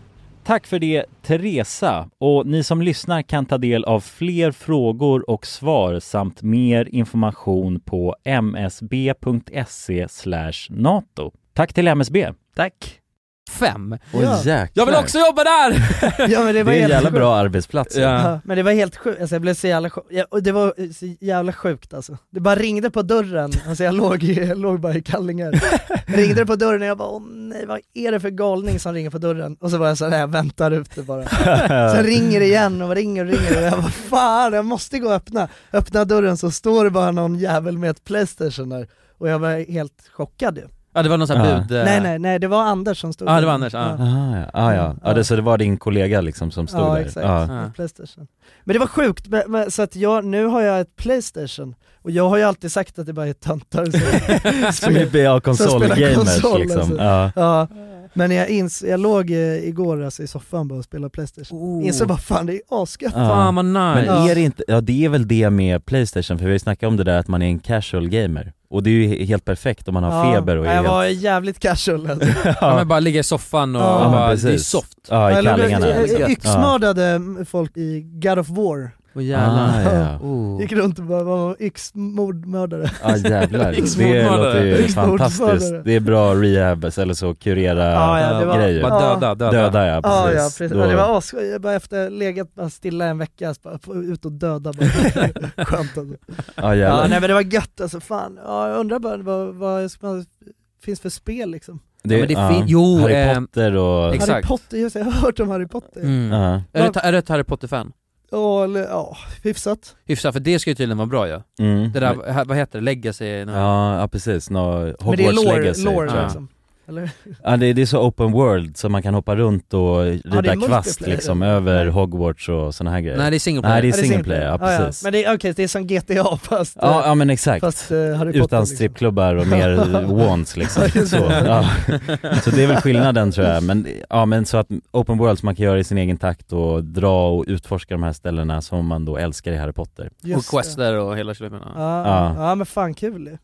C: Tack för det Teresa och ni som lyssnar kan ta del av fler frågor och svar samt mer information på msb.se E nato. Tack till MSB. Tack.
D: Fem?
C: Åh, Ja. jäklar.
D: Jag vill också jobba där!
B: Ja, men det var
C: det är
B: helt
C: en jävla
B: sjukt.
C: bra arbetsplats.
B: Ja. Men det var helt sjukt, alltså jag blev så jävla sjuk. Ja, och det var eh, så jävla sjukt alltså. Det bara ringde på dörren, alltså jag låg, i, jag låg bara i kallingar. ringde det på dörren och jag bara åh nej vad är det för galning som ringer på dörren? Och så var jag såhär, jag väntar ute bara. Sen ringer det igen och ringer och ringer och jag bara fan jag måste gå och öppna. Öppna dörren så står det bara någon jävel med ett Playstation där. Och jag var helt chockad ju.
D: Ja det var någon sån här
C: Ja.
D: bud... eh,
B: Nej nej nej, det var Anders som stod
D: Ja, det
B: där.
D: var Anders, ja.
C: Ah, ja. Ah, ja. ja det, så det var din kollega liksom som stod
B: ja,
C: där?
B: Exakt, med Playstation. Men det var sjukt, men, men, så att jag, nu har jag ett Playstation, och jag har ju alltid sagt att det bara är töntar som,
C: Som är BA konsolgamers, liksom. Ja.
B: Ja. Men jag, ins- jag låg eh, igår alltså, i soffan bara och spelade Playstation,
D: eh, oh.
B: insåg bara fan det är ju asgött.
C: Oh. Ja. Men är det inte, ja det är väl det med Playstation, för vi snackade om det där att man är en casual gamer. Och det är ju he- helt perfekt om man har
B: Ja,
C: feber och är
B: Jag
C: helt...
B: var jävligt casual alltså.
D: Ja men bara ligga i soffan och
C: Ja, men
D: bara, det är
C: precis.
D: soft.
C: Ja, i
B: Jag låg-
C: kallingarna.
B: jag- jag- jag
C: Ja.
B: Yxmördade folk i God of War
D: Åh Oh.
C: jävlar. Ah, ja.
B: Gick runt och bara var yxmordmördare
C: Ja jävlar, det
D: Yxmordmördare.
C: låter ju
B: Yxmordmördare.
C: fantastiskt. Det är bra rehab, eller så kurera
B: Ja, ja, det var-
C: grejer.
B: Bara döda,
D: döda.
C: Döda ja, precis.
B: Ja, ja, precis.
C: Då-
B: Ja, det var asskoj, jag bara efter legat bara stilla en vecka, så bara, få ut och döda bara. Skönt alltså.
C: Ja, jävlar.
B: ja, nej men det var gött alltså, fan. Ja, jag undrar bara vad, vad ska man, finns för spel liksom?
C: Det,
D: Ja, men det
C: ja.
D: fin- jo,
C: Harry
D: ehm,
C: Potter och...
D: exakt.
B: Harry Potter, just det, jag har hört om Harry Potter.
D: Mm.
C: Ja.
D: Är, du, är du ett Harry Potter-fan?
B: Ja, eller, ja, hyfsat.
D: Hyfsat, för det ska ju tydligen vara bra ju.
C: Mm.
D: Det där, ha- vad heter det, lägga sig i någon...
C: Ja, ja precis, Nå, Hogwarts
B: Men det är lore,
C: Legacy.
B: lore
C: ja.
B: liksom. Eller?
C: Ja, det, det är så open world så man kan hoppa runt och rida
B: multiplayer.
C: kvast liksom över Hogwarts och sådana här grejer.
D: Nej, det är single player.
C: Nej det är
D: Ja, det är
C: single
D: single
C: player, ja
B: Ja, ja.
C: precis.
B: Men det, är- okej, det är som GTA fast,
C: Ja,
B: eh,
C: ja men exakt.
B: fast eh, Harry Potter.
C: Utan
B: liksom.
C: strippklubbar och mer wands liksom. Så, ja. så det är väl skillnaden tror jag. Men, ja, men så att open world som man kan göra i sin egen takt och dra och utforska de här ställena som man då älskar i Harry Potter.
B: Just
D: och quester och hela tjolimen. Ja.
B: Ja,
C: Ja.
B: ja. men fan kul ju.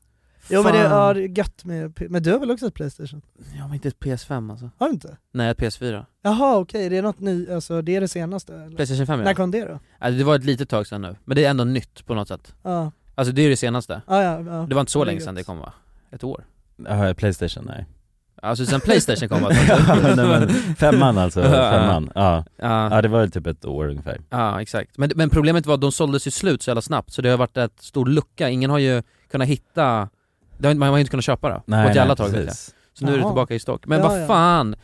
B: Jo men det,
D: Fan.
B: ja, det är gött med, men du har väl också ett Playstation?
D: Jag har inte ett PS5 alltså.
B: Har du inte?
D: Nej, ett PS4.
B: Jaha okej, det är något ny, alltså det är det senaste eller?
D: Playstation 5
B: När
D: ja.
B: kom det då?
D: Alltså, det var ett litet tag sedan nu, men det är ändå nytt på något sätt.
B: Ja,
D: Alltså det är ju det senaste.
B: ja, ja, ja.
D: Det var inte så
B: Det är
D: länge
B: gött.
D: sedan det kom va? Ett år?
C: Ja, Playstation, nej.
D: Alltså sen Playstation kom alltså.
C: Ja, men, men, femman alltså,
D: Ja.
C: femman. Ja.
D: Ja.
C: ja, det var ju typ ett år ungefär.
D: Ja exakt, men, men problemet var att de såldes ju slut så jävla snabbt så det har varit ett stor lucka, ingen har ju kunnat hitta, det har, inte- man har ju inte kunnat köpa det på ett jävla tag vet jag.
C: precis.
D: Så nu är det
B: Jaha.
D: tillbaka i stock, men
B: Ja,
D: vad
B: ja.
D: fan,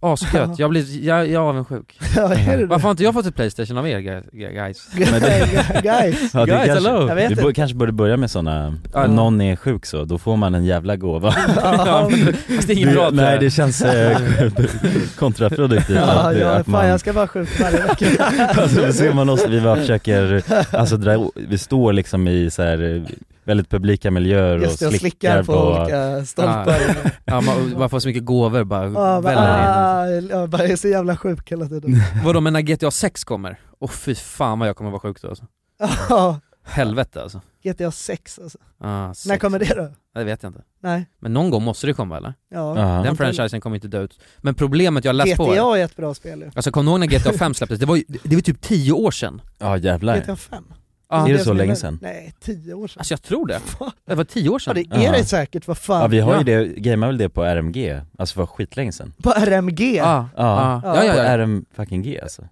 D: asgött, jag blir, jag, jag är avundsjuk
B: Ja, är det
D: Varför har inte jag fått ett Playstation av er guys? guys?
C: Men det-
B: det? Guys!
C: Ja, det
D: Guys,
C: kanske,
D: hello.
B: Jag
C: Vi
B: vet
C: bör,
B: inte.
C: kanske borde börja med sådana,
D: Ja.
C: om någon är sjuk så, då får man en jävla gåva.
D: Ja, men det är inget
C: Det-
D: bra tror
C: nej
D: jag.
C: det känns eh, kontraproduktivt
B: Ja,
C: att, det-
B: ja,
C: att man,
B: fan jag ska vara sjuk varje vecka.
C: alltså, då ser man oss, vi bara försöker, alltså dra, vi står liksom i så här eh, väldigt publika miljöer
B: Just det,
C: och
B: jag
C: slickar
B: slickar
C: på,
B: på olika stolpar.
D: Ja, man, man får så mycket gåvor bara,
B: Ja, bara,
D: väller in
B: ah, ja, bara jag är så jävla sjuk hela tiden.
D: Vadå men när GTA 6 kommer? Åh fy fan vad jag kommer vara sjuk då alltså.
B: Ja,
D: Helvete alltså
B: GTA 6 alltså.
D: ah,
B: När
D: sex.
B: kommer det då?
D: Det vet jag inte
B: Nej?
D: Men någon gång måste det komma eller?
B: Ja.
C: Ja.
D: Den franchisen kommer inte dö ut. Men problemet, jag har läst på
B: GTA är ett bra spel ju.
D: Alltså kom du ihåg när GTA 5 släpptes? Det var ju, det var ju typ 10 år sedan.
C: ja jävlar.
B: GTA 5?
D: Ja.
C: Ah. Är det så
B: som
C: länge
B: nu.
C: sedan? Ah,
B: Nej, 10 år sedan.
D: Alltså jag tror det. Det var 10 år
B: Ja
D: sedan.
B: det är
C: Ja.
B: det säkert, vad fan.
C: Ja vi har ju
D: Ja.
C: det, gamear väl det på RMG, alltså det var skitlänge sen.
B: På RMG?
D: Ja,
C: Ja.
D: ja, ja, ja,
C: På
D: ja.
C: RM fucking G alltså.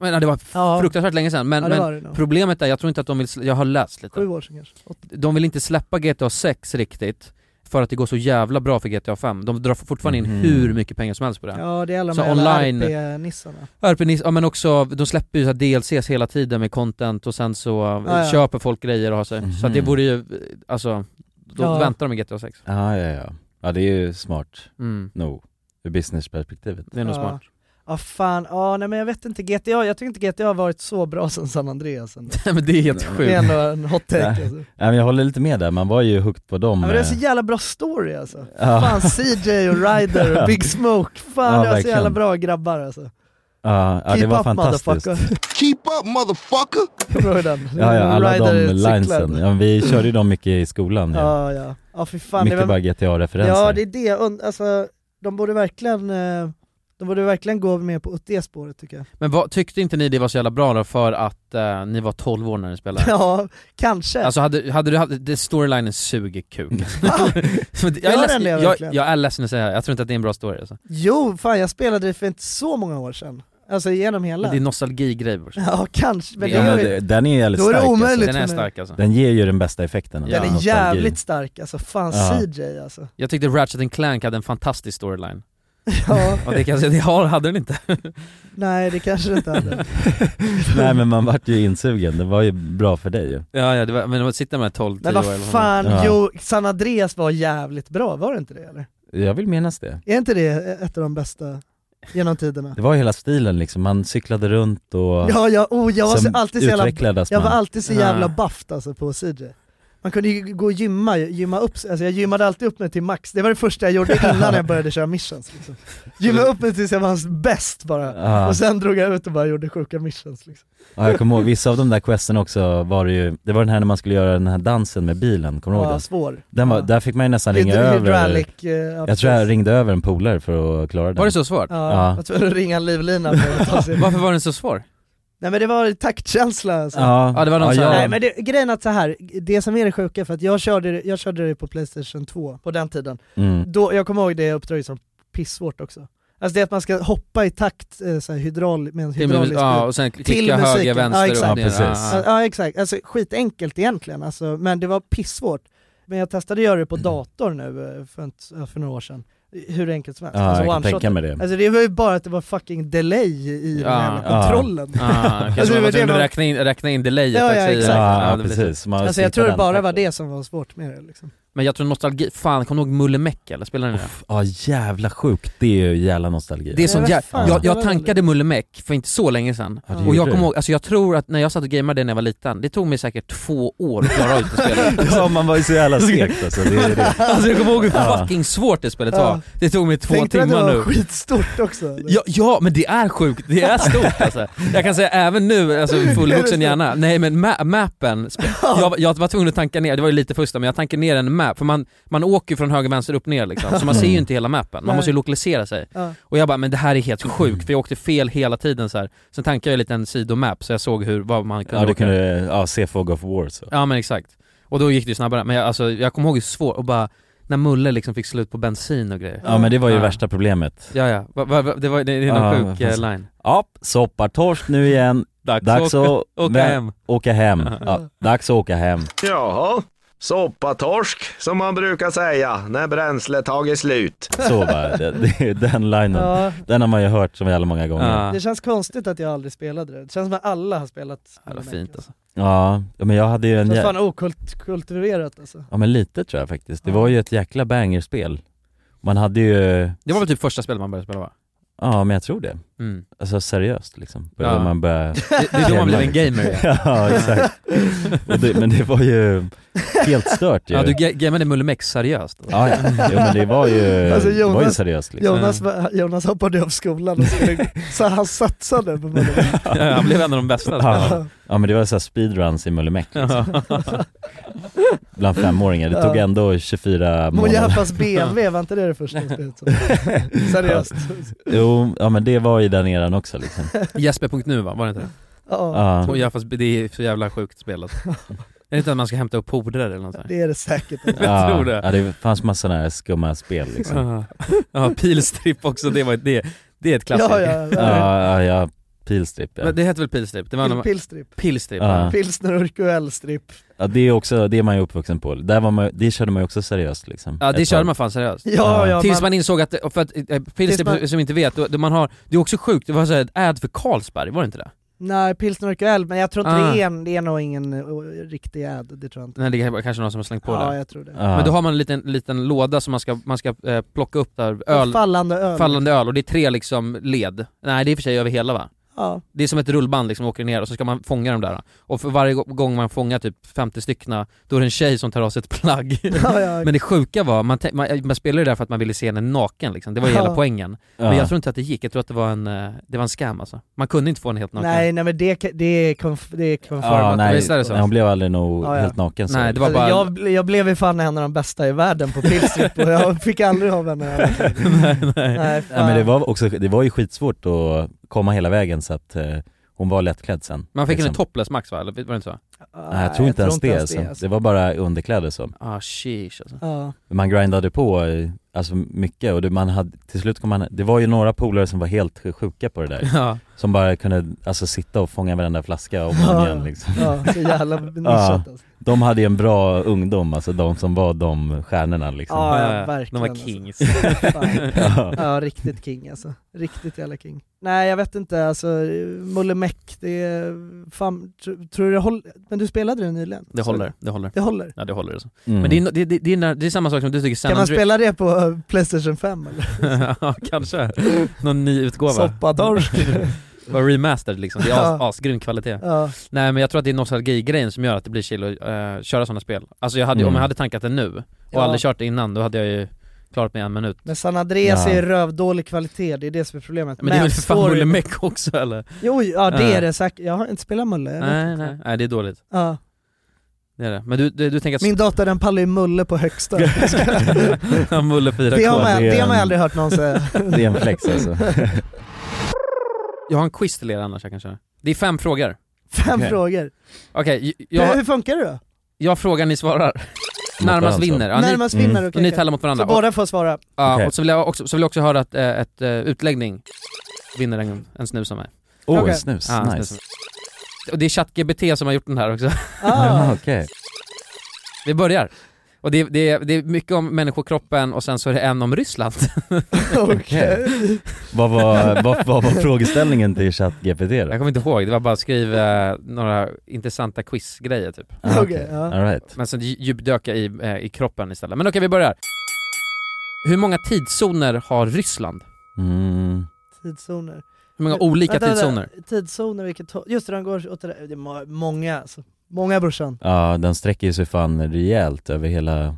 D: Men ja, det var
B: Ja.
D: fruktansvärt länge sedan. Men,
B: Ja, det var det
D: men
B: nog.
D: problemet är, jag tror inte att de vill, slä- jag har läst
B: Sju
D: lite.
B: år sedan kanske. Åtta.
D: De vill inte släppa GTA 6 riktigt. För att det går så jävla bra för GTA 5. De drar fortfarande in
B: Mhm.
D: hur mycket pengar som helst på det.
B: Ja, det är alla
D: Så
B: de här
D: online-
B: RP-nissarna.
D: RP-nis, ja men också, de släpper ju så här DLCs hela tiden med content och sen så eh,
B: ja.
D: köper folk grejer och har sig. Så att det
C: Mhm.
D: vore ju, alltså, då
B: Ja.
D: väntar de med GTA 6.
C: Ja, ja, ja. Ja, det är ju smart
D: Mm.
C: nog ur businessperspektivet.
D: Det är nog
B: Ja.
D: smart.
B: Ja fan, ja nej men jag vet inte, GTA, jag tycker inte GTA har varit så bra sen San Andreas ändå.
D: Nej men det är helt
B: Det är
D: sjukt.
B: ändå en hot take
C: Nej.
B: alltså.
C: Nej, men jag håller lite med där, man var ju hooked på dem.
B: Ja, men det är
C: eh,
B: så jävla bra story alltså.
C: Ja.
B: Fan CJ och Ryder och Big Smoke, fan det
C: Ja,
B: var så
C: verkligen.
B: jävla bra grabbar alltså.
C: ja, ja, det
B: Keep
C: var
B: up,
C: fantastiskt.
B: motherfucker.
K: Keep up motherfucker!
B: Kommer du ihåg den?
C: Ja, ja, alla
B: Ryder
C: de
B: cyklar.
C: linesen. Ja, men vi körde ju dem mycket i skolan. Ja.
B: Ja, ja. Ja, fy fan.
C: Mycket
B: det var...
C: bara GTA-referenser.
B: Ja, det är det. Und- Alltså, de borde verkligen, eh, de borde verkligen gå med på det spåret tycker jag.
D: Men vad, tyckte inte ni det var så jävla bra då för att eh, ni var 12 år när ni spelade?
B: Ja, kanske.
D: Alltså hade, hade du haft, det- storylinen suger kuk.
B: Ah,
D: jag,
B: Gör
D: är
B: den
D: ledsen,
B: det
D: jag,
B: verkligen?
D: jag är ledsen att säga det. jag tror inte att det är en bra story alltså.
B: Jo, fan jag spelade det för inte så många år sedan. Alltså genom hela.
D: Men det är nostalgigrej bror.
B: Ja, kanske. Men
C: Ja,
B: det
C: men
B: är ju-
C: det- den är jävligt
B: Då är det
C: stark.
B: omöjligt
D: Den
B: för
D: är
B: mig.
D: stark alltså.
C: Den ger ju den bästa effekten.
B: Den är
C: nostalgi.
B: jävligt stark alltså, fan
C: Ja.
B: CJ alltså.
D: Jag tyckte Ratchet and Clank hade en fantastisk storyline.
B: Ja,
D: Och det kanske, det har- hade den inte.
B: nej det kanske det inte hade.
C: Nej men man vart ju insugen, det var ju bra för dig ju.
D: Ja, ja det var, men att sitta med 12, 10
B: Men
D: år eller
B: vad fan,
C: Ja.
B: jo, San Andreas var jävligt bra, var det inte det eller?
C: Jag vill minnas det.
B: Är inte det ett av de bästa genom tiderna?
C: Det var ju hela stilen liksom, man cyklade runt och...
B: Ja, ja oh, jag var så
C: Sen
B: alltid så jävla,
C: utvecklades
B: jag var
C: man.
B: alltid så
C: Ja.
B: jävla buffed alltså på CJ. Man kunde ju gå och gymma, gymma upp sig. alltså jag gymmade alltid upp mig till max, det var det första jag gjorde innan jag började köra missions liksom. Gymma upp mig tills jag var hans bäst bara,
C: Ja.
B: och sen drog jag ut och bara gjorde sjuka missions liksom.
C: Ja, jag kommer ihåg, vissa av de där questen också var det ju, det var den här när man skulle göra den här dansen med bilen, kommer du ihåg
B: Ja,
C: den?
B: svår.
C: den var, Där fick man ju nästan ringa
B: Hydro-
C: över,
B: hydraulic, eh, ja,
C: jag
B: precis.
C: tror jag ringde över en polare för att klara den.
D: Var det så svårt?
B: Ja,
C: Ja.
B: jag tror att ringa en livlina för att ta sig.
D: Varför var den så svår?
B: Nej men det var taktkänsla alltså.
C: Ja. Ja, det var någon Ja, sån här-
B: Nej men det, grejen är att så här, det som är det sjuka, för att jag körde, det- jag körde det på Playstation 2 på den tiden.
C: Mm.
B: Då, jag kommer ihåg det uppdraget som pissvårt också. Alltså det är att man ska hoppa i takt eh, så här, hydral, med en
D: Till
B: hydraulisk
D: mus- ja,
B: bil.
D: och sen klicka
B: Till
D: höger,
B: musiken.
D: vänster,
B: ja, exakt.
D: upp, ner. Ja, precis.
B: Ja, ja exakt, alltså skitenkelt egentligen alltså, men det var pissvårt. Men jag testade att göra det
D: Mm.
B: på dator nu eh, för, inte, ja, för några år sedan. Hur enkelt som helst.
C: Ja,
B: alltså,
C: jag kan
B: one-shoten.
C: tänka mig det.
B: Alltså det var ju bara att det var fucking delay i den här jävla kontrollen.
D: Ja, kanske
B: Alltså, det
D: Ah, man
B: var
D: var
B: det
D: tvungen
B: man-
D: att räkna in, räkna in delayet
B: Ja, ja,
D: också i-
B: exakt.
C: Ja,
D: det blir så.
C: precis. Man
B: Alltså jag tror
C: hittar
B: det bara var det som var svårt med det liksom.
D: Men jag tror nostalgi, fan kommer du ihåg Mulle Meck eller? Spelar ni det?
C: den. Ja jävla sjukt, det är ju jävla nostalgi.
D: Det är sån
C: ja,
D: jä- jag, jag
B: det var
D: tankade Mulle Meck för inte så länge sedan.
C: det
D: och
C: gjorde
D: jag kommer
C: du.
D: ihåg, alltså jag tror att när jag satt och gameade när jag var liten, det tog mig säkert två år att klara ut det spelet.
C: ja man var ju så jävla segt alltså. Det, är det.
D: Alltså jag kommer ihåg hur
C: Ja.
D: fucking svårt det spelet
B: Ja.
D: var. Det tog mig två
B: Tänkte du att det
D: timmar
B: var
D: nu.
B: skitstort också? eller?
D: Ja, ja, men det är sjukt, det är stort alltså. Jag kan säga även nu, alltså i fullvuxen hjärna, nej men ma- mappen, sp- jag, jag var tvungen att tanka ner, det var ju lite första, men jag tankade ner en map, för man, man åker ju från höger, vänster, upp, ner liksom, så man ser ju
C: Mm.
D: inte hela mappen, man
B: Nej.
D: måste ju lokalisera sig.
B: Ja.
D: Och jag bara, men det här är helt sjukt, för jag åkte fel hela tiden så här. Sen tankade jag en liten sidomap så jag såg hur, vad man kunde
C: Ja du
D: åka.
C: kunde, ja se Fog of War så.
D: Ja men exakt. Och då gick det ju snabbare, men jag, alltså, jag kommer ihåg hur svårt, och bara, när Mulle liksom fick slut på bensin och grejer.
C: Ja men det var ju
D: Ja.
C: värsta problemet.
D: Ja ja, va, va, va, det, var, det, det är
C: Ja, alltså.
D: någon
C: vad
D: sjuk eh,
C: fan.
D: line.
C: Ja, soppartorsk nu igen.
D: Dags,
C: Dags
D: att
C: att
D: åka
C: vä-
D: hem.
C: Åka hem. Ja, dags att åka hem.
K: Jaha, soppatorsk som man brukar säga när bränslet tagit slut.
C: Så bara, det, det är den linen.
B: Ja.
C: Den har man ju hört så jävla många gånger.
D: Ja.
C: Ja.
B: Det känns konstigt att jag aldrig spelade det, det känns som att alla har spelat
D: Ja, det var fint alltså.
C: men jag hade ju
B: Det
C: en,
B: känns
C: jä-
B: fan okultiverat alltså.
C: ja men lite tror jag faktiskt. Det var ju ett jäkla bangerspel. Man hade ju,
D: Det var väl typ första spelet man började spela va?
C: ja men jag tror det.
D: Mm.
C: Alltså seriöst liksom. Började
D: Ja.
C: man börja...
D: Det, det är då man blir en gamer ja.
C: ja exakt. Och det, men det var ju helt stört ju.
D: ja du ga- gamade Mulle Mex seriöst.
C: ja, ja. Jo, men det var ju,
B: Alltså,
C: det var ju
B: Jonas-
C: seriöst liksom.
B: Jonas, var- Jonas hoppade av skolan och skulle, så han satsade på mig.
D: Ja, han blev en av de bästa spelarna.
C: Ja. ja men det var så här speedruns i Mulle Meck liksom. Bland femåringar, det tog
B: Ja.
C: ändå 24 månader
B: Mojafas BMW, var inte det det första spelet? som- Seriöst.
C: Jo, ja men det var i den eran också liksom
D: Jesper.nu va, var det inte det?
B: Ja,
C: Ja,
D: Och Jaffas, det är så jävla sjukt spel alltså. Är det inte att man ska hämta upp horder eller något sånt?
B: det är det säkert.
C: ja.
D: tror det.
C: ja det fanns massa sådana här skumma spel liksom
D: Ja, ja pilstripp också, det, var, det, det är ett klassiker.
B: Ja, ja, ja.
C: Ja, ja, ja Pilstrip ja.
D: Men det heter väl pilstrip? Det var
B: Pil-
D: någon-
B: pilstrip.
D: Pilstrip,
C: Ja.
D: ja.
B: Pilsner, urku och ölstrip.
C: ja det är också, det är man ju uppvuxen på. Där var man, det körde man ju också seriöst liksom.
D: Ja det
C: Ett
D: körde
C: tag.
D: man fan seriöst.
B: Ja, ja,
D: Tills
B: man-
D: man, insåg att, för att eh, Pilsner
B: man-
D: som inte vet, då, då man har, det är också sjukt, det var så här ett ad för Carlsberg, var det inte det?
B: Nej, pilsner, urku och öl, men jag tror inte
D: Ah.
B: det, är en, det är nog ingen eh, riktig ad, det tror jag inte.
D: Nej, det är kanske någon som har slängt på
B: Ja,
D: det.
B: jag tror det.
C: Ja.
D: Men då har man en liten, liten låda som man ska, man ska eh, plocka upp där, öl,
B: Fallande öl.
D: fallande öl, och det är tre liksom led. Nej det är i och för sig över hela va?
B: Ja.
D: Det är som ett rullband liksom, åker ner och så ska man fånga de där. Och för varje gå- gång man fångar typ 50 styckna, då är det en tjej som tar av sig ett plagg.
B: Ja, ja.
D: Men det sjuka var, man, tän- man, man spelade ju där för att man ville se henne naken liksom. det var ju hela
B: Ja.
D: poängen.
C: Ja.
D: Men
E: Ah.
D: jag tror inte att det gick, jag tror att det var en, eh, det var en scam alltså. Man kunde inte få en helt naken.
B: Nej, nej men det, kan- det är konf- det är konformat.
C: Ja, nej,
D: Visst är det så?
C: nej, hon blev aldrig nog
B: Ja, ja.
C: helt naken så.
D: Nej, det var
B: Alltså,
D: bara...
B: jag, ble- jag blev ju fan en av de bästa i världen på pilsstrip och jag fick aldrig ha vänner i alla fall.
D: nej, nej.
B: Nej,
C: Ja,
B: fan.
C: men det var också, det var ju skitsvårt att komma hela vägen så att eh, hon var lättklädd sen.
D: Man fick en
C: liksom.
D: topless max va? Eller var det inte så?
C: Nej, jag tror inte ens det, alltså.
B: alltså.
C: det var bara underkläder så.
D: Ah sheesh alltså.
B: Ja.
C: Man grindade på eh, alltså mycket och det, man hade, till slut kom man, det var ju några polare som var helt sjuka på det där.
D: Ja.
C: Som bara kunde alltså sitta och fånga varenda flaska om och om
B: Ja.
C: igen liksom.
B: Ja, så jävla nischat alltså.
C: De hade ju en bra ungdom, alltså de som var de stjärnorna liksom.
B: Ja, ja,
D: Eh,
B: verkligen.
D: de var kings.
B: Alltså. Fan.
C: Ja.
B: ja, riktigt king alltså. Riktigt jävla king. Nej, jag vet inte alltså, Mulle Meck, det är fan, tr- tror du det håller? Men du spelade det nyligen?
D: Det håller, det håller.
B: Det håller?
D: Ja det håller alltså.
C: Mm.
D: Men det är, no- det, det, det, är, när- det är samma sak som du tycker San
B: Kan man
D: Andreas...
B: spela det på eh, Playstation 5 eller?
D: ja kanske. Någon ny utgåva.
B: Soppatorsk.
D: Var remastered liksom, det är as,
B: Ja.
D: asgrym kvalitet.
B: ja.
D: Nej men jag tror att det är nostalgi-grejen som gör att det blir chill att eh, köra sådana spel. Alltså jag hade, ju- om jag
C: Mm.
D: hade tankat det nu och
B: Ja.
D: aldrig kört det innan, då hade jag ju klarat mig en minut.
B: Men San Andreas
C: Ja.
B: är ju rövdålig kvalitet, det är det som är problemet.
D: Men, det är väl för fan
B: storyn-
D: Mulle Meck också eller?
B: Jo, ja det är
D: Ja.
B: det säkert. Jag har inte spelat Mulle. jag vet
D: Nej,
B: inte.
D: nej, nej det är dåligt.
B: Ja.
D: Det är det. Men du, du, du tänker att...
B: Min dator den pallar ju Mulle på högsta.
D: Ja, Mulle 4K.
B: det, har man,
C: det är
B: det har man
C: en-
B: aldrig hört någon säga.
C: Det är en flex alltså.
D: Jag har en quiz till er annars jag kan köra. Det är fem frågor.
B: Fem
C: Okej.
B: frågor.
D: Okej, j-
B: Hur-
D: jag,
B: Hur funkar det då?
D: jag frågar, ni svarar. Närmast
C: varandra. alltså.
D: vinner. Ja, ni,
B: Närmast vinner,
C: Mm.
B: okej.
D: och ni tävlar mot varandra.
B: Så båda får svara.
D: Ja,
C: Okej.
D: och så vill jag också, så vill jag också höra att, eh, ett, eh, utläggning vinner en, en snus av mig.
C: Åh,
E: Oh,
B: Okej.
C: snus,
D: Ja, en Ah, snus
C: nice.
D: av mig. Och det är ChatGPT som har gjort den här också.
C: Ah,
B: Ah,
C: okej.
D: Vi börjar. Och det, det, det är mycket om människokroppen och sen så är det en om Ryssland.
B: okej.
C: Vad var, vad, vad var frågeställningen till ChatGPT
D: Jag
C: då?
D: kommer inte ihåg, det var bara skriv eh, några intressanta quizgrejer typ.
C: Ah,
B: Okej, ja.
C: All right.
D: Men sen dj- djupdöka i, eh, i kroppen istället. Men okej, vi börjar. Hur många tidszoner har Ryssland?
C: Mm.
B: Tidszoner.
D: Hur många olika
B: Vänta, vänta.
D: tidszoner?
B: Tidszoner, vilket håll? Just det, de går åt det där. Det är må- många alltså. Många brorsan.
C: Ja, den sträcker ju sig fan rejält över hela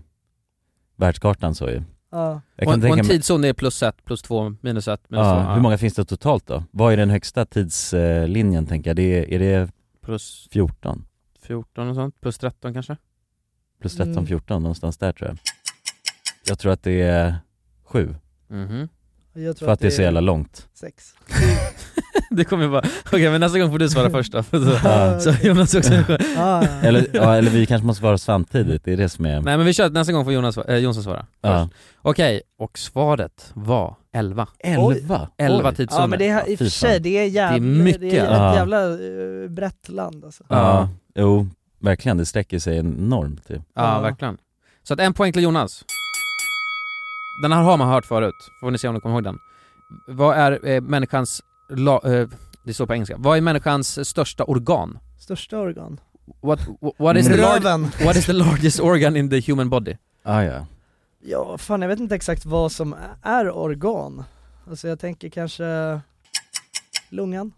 C: världskartan så ju.
B: Ja.
C: Jag kan
D: Och, en- och
C: tänka
D: en
C: mig,
D: tidszon är plus ett, plus två, minus ett, minus två.
C: ja,
D: Ja.
C: hur många finns det totalt då? Vad är den högsta tidslinjen tänker jag? Det är, är det
D: Plus
C: 14?
D: 14 och sånt, plus 13 kanske?
C: Plus 13,
B: Mm.
C: 14 någonstans där tror jag. Jag tror att det är sju,
D: Mhm.
B: Jag tror
C: för att det är så jävla långt.
B: Sex.
D: Det kommer bara, okej men nästa gång får du svara först då. Så,
C: Ja.
D: så Jonas också.
B: Ah, ja.
C: Eller, ja, eller vi kanske måste svara samtidigt, det är det som är...
D: Nej men vi kör att nästa gång får Jonas, äh, Jonsson svara.
C: ja.
D: först. Okej, och svaret var 11.
C: Elva?
D: 11
C: Oj.
D: tidszoner.
B: Ja men det är, i och
C: Fy
B: för sig,
C: fan.
B: det är jävla,
D: Det är mycket.
B: det är ett
C: Ja.
B: jävla eh, brett land alltså.
C: Ja, jo, verkligen. Det sträcker sig enormt typ.
D: Ja,
B: Ja.
D: verkligen. Så att en poäng till Jonas. Den här har man hört förut, får ni se om ni kommer ihåg den. Vad är eh, människans, la, eh, det står på engelska, vad är människans största organ?
B: Största organ.
D: What, what, is the lar-
B: Röven.
D: what is the largest organ in the human body?
C: Ah, ja.
B: Ja, fan jag vet inte exakt vad som är organ. Alltså jag tänker kanske lungan,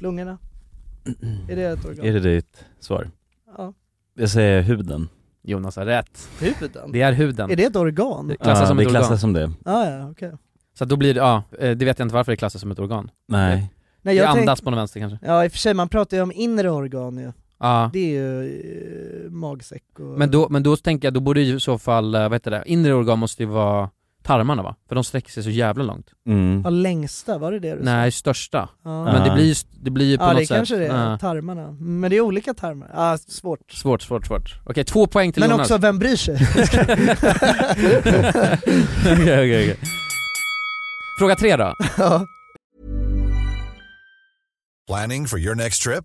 B: lungorna. Är det ett organ?
C: Är det ditt svar?
B: Ja.
C: Jag säger huden.
D: Jonas har rätt.
B: Huden?
D: Det är huden.
B: Är det ett organ?
D: Det klassas
C: Ja,
D: som
C: det
D: ett organ.
C: klassas som det.
B: Ah, ja, okej.
D: Så att då blir det, ja, eh, det vet jag inte varför det klassas som ett organ.
C: Nej.
B: Nej
D: det
B: jag
D: andas
B: tänker,
D: på den vänster kanske.
B: ja i och för sig man pratar ju om inre organ ju.
D: Ja.
B: Det är ju eh, magsäck och...
D: Men då, men då tänker jag, då borde ju i så fall, eh, vad heter det, inre organ måste ju vara tarmarna va? För de sträcker sig så jävla långt.
C: Mm.
B: Ja längsta, var det det du sa?
D: Nej, största.
B: Ja.
D: Men
C: Ja.
D: det blir, ju- det blir ju typ på
B: Ah. Ja
D: något
B: det
D: sätt
B: kanske det är,
D: ja.
B: tarmarna. Men det är olika tarmar, ah, svårt.
D: Svårt, svårt, svårt. Okej, två poäng till
B: Men
D: Jonas.
B: också, vem bryr sig?
D: Okej, okej, okej. Fråga tre då.
B: ja.
L: Planning for your next trip?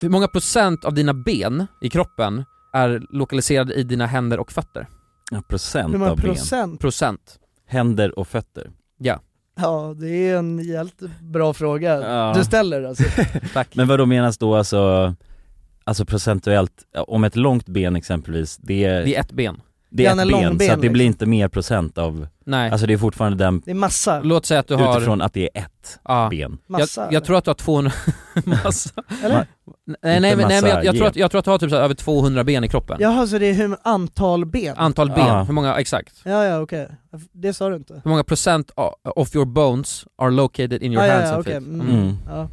D: Hur många procent av dina ben i kroppen är lokaliserade i dina händer och fötter?
C: Ja, procent
B: Hur många
C: av ben.
B: procent?
D: Procent.
C: Händer och fötter.
D: Ja.
B: Ja, det är en jävligt bra fråga
C: Ja.
B: du ställer alltså.
D: Tack.
C: Men vad då menas då alltså, alltså procentuellt, om ett långt ben exempelvis, det är...
D: Det är ett ben.
C: Det
B: Ja,
C: är
B: en
C: ett
B: lång
C: ben,
B: ben,
C: så att det
B: liksom.
C: blir inte mer procent av,
D: Nej.
C: alltså det är fortfarande den,
B: Det är massa.
D: Låt säga att du har...
C: utifrån att det är ett
D: Ja.
C: ben.
B: Massa,
D: jag,
B: eller?
D: jag tror att du har 200... massa?
B: Eller?
D: Nej, nej, men- nej men jag, jag,
C: massa,
D: tror att, jag tror att du har typ så här, över 200 ben i kroppen.
B: Jaha, så alltså, det är hur antal ben?
D: Antal ben,
B: Ja,
D: hur många, exakt.
B: ja, ja okej. Det sa du inte.
D: Hur många procent o- of your bones are located in your
B: Ah, ja,
D: hands
B: ja,
D: and
B: okej.
D: feet?
B: Mm. Ja.
C: Kan